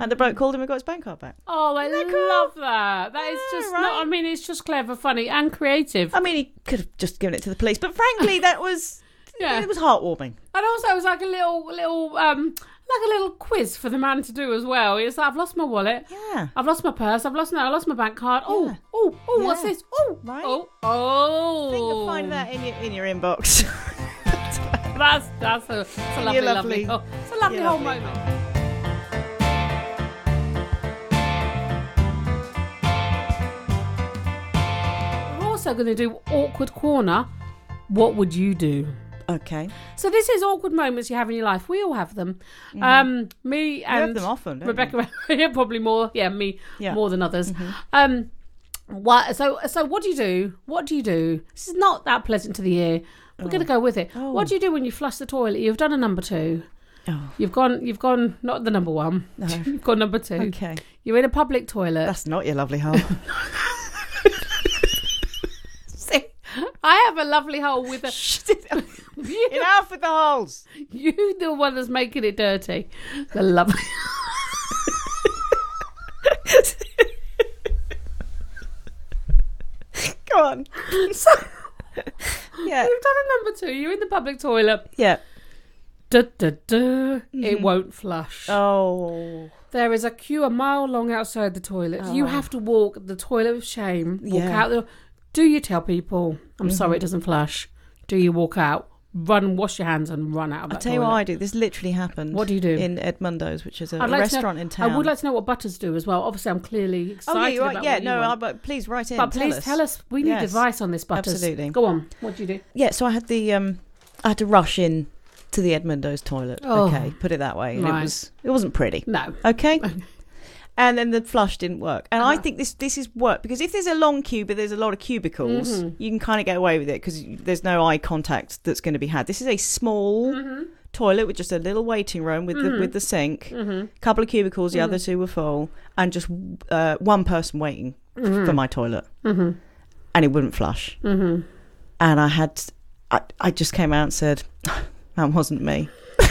[SPEAKER 2] and the bloke called him and got his bank card back.
[SPEAKER 1] Oh, I
[SPEAKER 2] that cool?
[SPEAKER 1] love that. That is
[SPEAKER 2] Yeah,
[SPEAKER 1] just
[SPEAKER 2] right?
[SPEAKER 1] not. I mean, it's just clever, funny, and creative.
[SPEAKER 2] I mean, he could have just given it to the police, but frankly, that was
[SPEAKER 1] Yeah.
[SPEAKER 2] it was heartwarming.
[SPEAKER 1] And also, it was like a little, little, um, like a little quiz for the man to do as well. It's like I've lost my wallet.
[SPEAKER 2] Yeah.
[SPEAKER 1] I've lost my purse. I've lost no. I lost my bank card.
[SPEAKER 2] Yeah.
[SPEAKER 1] Oh, oh, oh! What's
[SPEAKER 2] Yeah.
[SPEAKER 1] this? Oh,
[SPEAKER 2] Right.
[SPEAKER 1] oh, oh!
[SPEAKER 2] I think you'll find that in your in your inbox.
[SPEAKER 1] That's that's a, it's a lovely,
[SPEAKER 2] You're
[SPEAKER 1] lovely,
[SPEAKER 2] lovely.
[SPEAKER 1] oh, it's a lovely
[SPEAKER 2] You're
[SPEAKER 1] whole
[SPEAKER 2] lovely.
[SPEAKER 1] moment. We're also going to do awkward corner. What would you do?
[SPEAKER 2] okay.
[SPEAKER 1] So this is awkward moments you have in your life. We all have them. Um, me
[SPEAKER 2] You
[SPEAKER 1] and
[SPEAKER 2] Mm-hmm. have them often, don't
[SPEAKER 1] Rebecca, yeah, probably more. Yeah, me
[SPEAKER 2] Yeah. Mm-hmm.
[SPEAKER 1] more than others. Um, what? So, so what do you do? What do you do? This is not that pleasant to the ear. We're going to go with it.
[SPEAKER 2] Oh.
[SPEAKER 1] What do you do when you flush the toilet? You've done a number two.
[SPEAKER 2] you? Oh,
[SPEAKER 1] You've gone. You've gone. Not the number one.
[SPEAKER 2] No.
[SPEAKER 1] You've gone number two.
[SPEAKER 2] okay.
[SPEAKER 1] You're in a public toilet.
[SPEAKER 2] That's not your lovely heart.
[SPEAKER 1] I have a lovely hole with a. You-
[SPEAKER 2] Enough with the holes.
[SPEAKER 1] You the one that's making it dirty. The love.
[SPEAKER 2] Go on.
[SPEAKER 1] so
[SPEAKER 2] Yeah.
[SPEAKER 1] you've done a number two. You're in the public toilet.
[SPEAKER 2] Yeah.
[SPEAKER 1] Duh, duh, duh.
[SPEAKER 2] Mm-hmm.
[SPEAKER 1] It won't flush.
[SPEAKER 2] Oh.
[SPEAKER 1] There is a queue a mile long outside the toilet. You have to walk the toilet of shame. Walk
[SPEAKER 2] Yeah. Mm-hmm.
[SPEAKER 1] out the. Do you tell people? I'm sorry, it doesn't flush. Do you walk out? Run, wash your hands, and run out of that
[SPEAKER 2] I'll tell you what
[SPEAKER 1] toilet.
[SPEAKER 2] I do. This literally happened.
[SPEAKER 1] What do you do?
[SPEAKER 2] In Edmundo's, which is a
[SPEAKER 1] I'd like to know-
[SPEAKER 2] restaurant in town.
[SPEAKER 1] I would like to know what butters do as well. Obviously, I'm clearly excited
[SPEAKER 2] Oh, yeah, you're right.
[SPEAKER 1] about
[SPEAKER 2] Yeah,
[SPEAKER 1] what you
[SPEAKER 2] no,
[SPEAKER 1] want.
[SPEAKER 2] I, but please write in.
[SPEAKER 1] But please
[SPEAKER 2] us.
[SPEAKER 1] tell us. We need
[SPEAKER 2] Yes.
[SPEAKER 1] advice on this, Butters.
[SPEAKER 2] Absolutely.
[SPEAKER 1] Go on. What do you do?
[SPEAKER 2] Yeah, so I had the um, I had to rush in to the Edmundo's toilet.
[SPEAKER 1] Oh.
[SPEAKER 2] Okay, put it that way. And
[SPEAKER 1] Right.
[SPEAKER 2] It was it wasn't pretty.
[SPEAKER 1] No.
[SPEAKER 2] Okay. And then the flush didn't work. And
[SPEAKER 1] Uh-huh.
[SPEAKER 2] I think this this is work because if there's a long queue but there's a lot of cubicles,
[SPEAKER 1] Mm-hmm.
[SPEAKER 2] you can kind of get away with it because there's no eye contact that's going to be had. This is a small
[SPEAKER 1] Mm-hmm.
[SPEAKER 2] toilet with just a little waiting room with the, with the sink,
[SPEAKER 1] Mm-hmm.
[SPEAKER 2] couple of cubicles, the other two were full, and just uh, one person waiting f-
[SPEAKER 1] Mm-hmm.
[SPEAKER 2] for my toilet, and it wouldn't flush. Mm-hmm. And I had I, I just came out and said that wasn't me.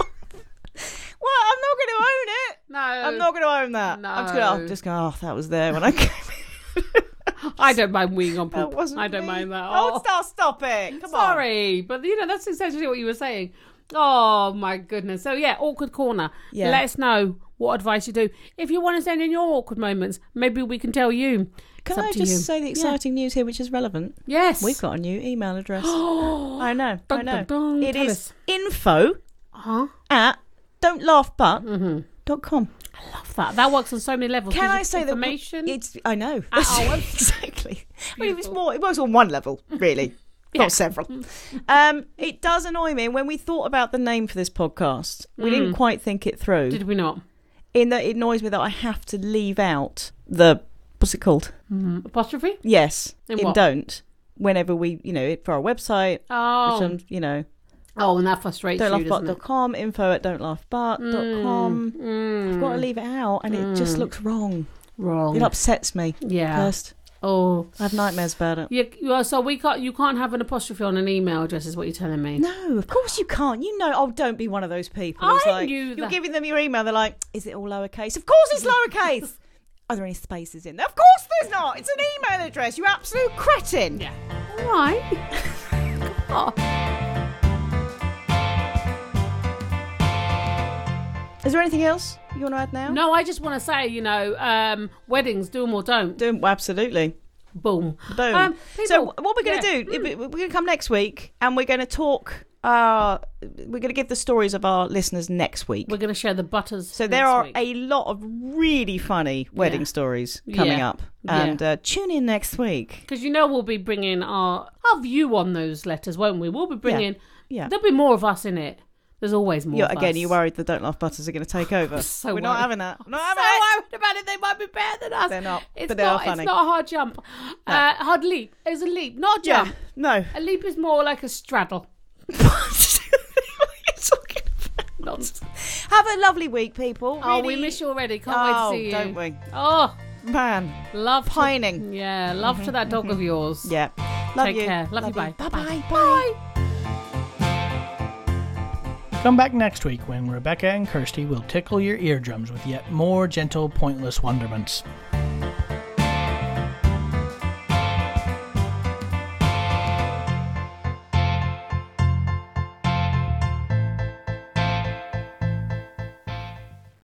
[SPEAKER 2] Well, I'm not going to own it.
[SPEAKER 1] No.
[SPEAKER 2] I'm not going to own that. I'm just going
[SPEAKER 1] No.
[SPEAKER 2] to just go, oh, that was there when I came.
[SPEAKER 1] I don't mind weeing on poop.
[SPEAKER 2] That wasn't
[SPEAKER 1] I don't
[SPEAKER 2] me.
[SPEAKER 1] mind that.
[SPEAKER 2] Oh,
[SPEAKER 1] Oh,
[SPEAKER 2] stop, stop it. Come on.
[SPEAKER 1] sorry. But, you know, that's essentially what you were saying. Oh, my goodness. So, yeah, awkward corner.
[SPEAKER 2] Yeah.
[SPEAKER 1] Let us know what advice you do. If you want to send in your awkward moments, maybe we can tell you. it's
[SPEAKER 2] Can
[SPEAKER 1] up
[SPEAKER 2] I
[SPEAKER 1] to
[SPEAKER 2] just
[SPEAKER 1] you.
[SPEAKER 2] say the exciting news here, which is relevant?
[SPEAKER 1] Yes.
[SPEAKER 2] We've got a new email address.
[SPEAKER 1] Oh.
[SPEAKER 2] I know. I
[SPEAKER 1] Dun,
[SPEAKER 2] know.
[SPEAKER 1] dun, dun.
[SPEAKER 2] It
[SPEAKER 1] Tell
[SPEAKER 2] is
[SPEAKER 1] us.
[SPEAKER 2] info
[SPEAKER 1] Huh?
[SPEAKER 2] at don't laugh but dot com.
[SPEAKER 1] Mm-hmm. Love that. That works on so many levels.
[SPEAKER 2] Can
[SPEAKER 1] Gives you
[SPEAKER 2] I say that w-
[SPEAKER 1] information?
[SPEAKER 2] It's I know
[SPEAKER 1] At our
[SPEAKER 2] exactly. Well, it was
[SPEAKER 1] Beautiful.
[SPEAKER 2] more. It works on one level, really,
[SPEAKER 1] Yeah. Mm.
[SPEAKER 2] not several. Um, it does annoy me when we thought about the name for this podcast. We didn't quite think it through.
[SPEAKER 1] Mm. Did we not?
[SPEAKER 2] in that it annoys me that I have to leave out the what's it called?
[SPEAKER 1] Mm, Apostrophe?
[SPEAKER 2] Yes,
[SPEAKER 1] In
[SPEAKER 2] in,
[SPEAKER 1] what?
[SPEAKER 2] don't. Whenever we, you know, it for our website,
[SPEAKER 1] Oh.
[SPEAKER 2] which um, I'm, you know,
[SPEAKER 1] Oh, and that frustrates
[SPEAKER 2] don't
[SPEAKER 1] you, doesn't it?
[SPEAKER 2] don'tloughbart.com, info at don'tloughbart.com.
[SPEAKER 1] Mm,
[SPEAKER 2] I've got to leave it out, and it just looks wrong.
[SPEAKER 1] wrong.
[SPEAKER 2] It upsets me.
[SPEAKER 1] yeah.
[SPEAKER 2] First,
[SPEAKER 1] Oh.
[SPEAKER 2] I have nightmares about it.
[SPEAKER 1] You, you are, so we can't. You can't have an apostrophe on an email address, is what you're telling me.
[SPEAKER 2] No, of course you can't. You know, oh, don't be one of those people. who's
[SPEAKER 1] I
[SPEAKER 2] like,
[SPEAKER 1] knew
[SPEAKER 2] You're
[SPEAKER 1] that.
[SPEAKER 2] giving them your email. They're like, is it all lowercase? Of course it's lowercase. Are there any spaces in there? Of course there's not. It's an email address. You absolute cretin.
[SPEAKER 1] Yeah. All right. Oh. Come on.
[SPEAKER 2] Is there anything else you want to add now?
[SPEAKER 1] No, I just want to say, you know, um, weddings, do them or don't.
[SPEAKER 2] Don't- absolutely.
[SPEAKER 1] Boom.
[SPEAKER 2] Boom.
[SPEAKER 1] Um,
[SPEAKER 2] so
[SPEAKER 1] people-
[SPEAKER 2] what we're going to
[SPEAKER 1] yeah. Mm.
[SPEAKER 2] do? We're going to come next week and we're going to talk uh, we're going to give the stories of our listeners next week.
[SPEAKER 1] We're going to share the butters.
[SPEAKER 2] So there
[SPEAKER 1] next
[SPEAKER 2] are
[SPEAKER 1] week.
[SPEAKER 2] a lot of really funny wedding
[SPEAKER 1] Yeah.
[SPEAKER 2] stories coming
[SPEAKER 1] Yeah.
[SPEAKER 2] up,
[SPEAKER 1] Yeah.
[SPEAKER 2] and uh, tune in next week.
[SPEAKER 1] Because you know we'll be bringing our our view on those letters, won't we? We'll be bringing.
[SPEAKER 2] Yeah.
[SPEAKER 1] There'll be more of us in it. There's always more.
[SPEAKER 2] You're,
[SPEAKER 1] of
[SPEAKER 2] again,
[SPEAKER 1] us.
[SPEAKER 2] you worried the don't laugh butters are going to take over.
[SPEAKER 1] Oh, so
[SPEAKER 2] We're not
[SPEAKER 1] worried.
[SPEAKER 2] having that. We're not
[SPEAKER 1] So
[SPEAKER 2] having it.
[SPEAKER 1] worried about it. They might be better than us.
[SPEAKER 2] They're not,
[SPEAKER 1] It's
[SPEAKER 2] but they are
[SPEAKER 1] not.
[SPEAKER 2] funny.
[SPEAKER 1] It's not a hard jump. Uh, hard leap. It's a leap, not a jump.
[SPEAKER 2] Yeah. No.
[SPEAKER 1] A leap is more like a straddle.
[SPEAKER 2] What are you talking about?
[SPEAKER 1] Not-
[SPEAKER 2] Have a lovely week, people.
[SPEAKER 1] Oh, we
[SPEAKER 2] Really-
[SPEAKER 1] miss you already. Can't
[SPEAKER 2] Oh,
[SPEAKER 1] wait to see you.
[SPEAKER 2] don't we?
[SPEAKER 1] Oh,
[SPEAKER 2] Man,
[SPEAKER 1] love to-
[SPEAKER 2] pining.
[SPEAKER 1] yeah, love to that dog of yours.
[SPEAKER 2] Yeah. Love
[SPEAKER 1] Take
[SPEAKER 2] you.
[SPEAKER 1] care. Love you. Bye.
[SPEAKER 2] Bye-bye. Bye.
[SPEAKER 1] Bye.
[SPEAKER 3] Come back next week when Rebecca and Kirsty will tickle your eardrums with yet more gentle, pointless wonderments.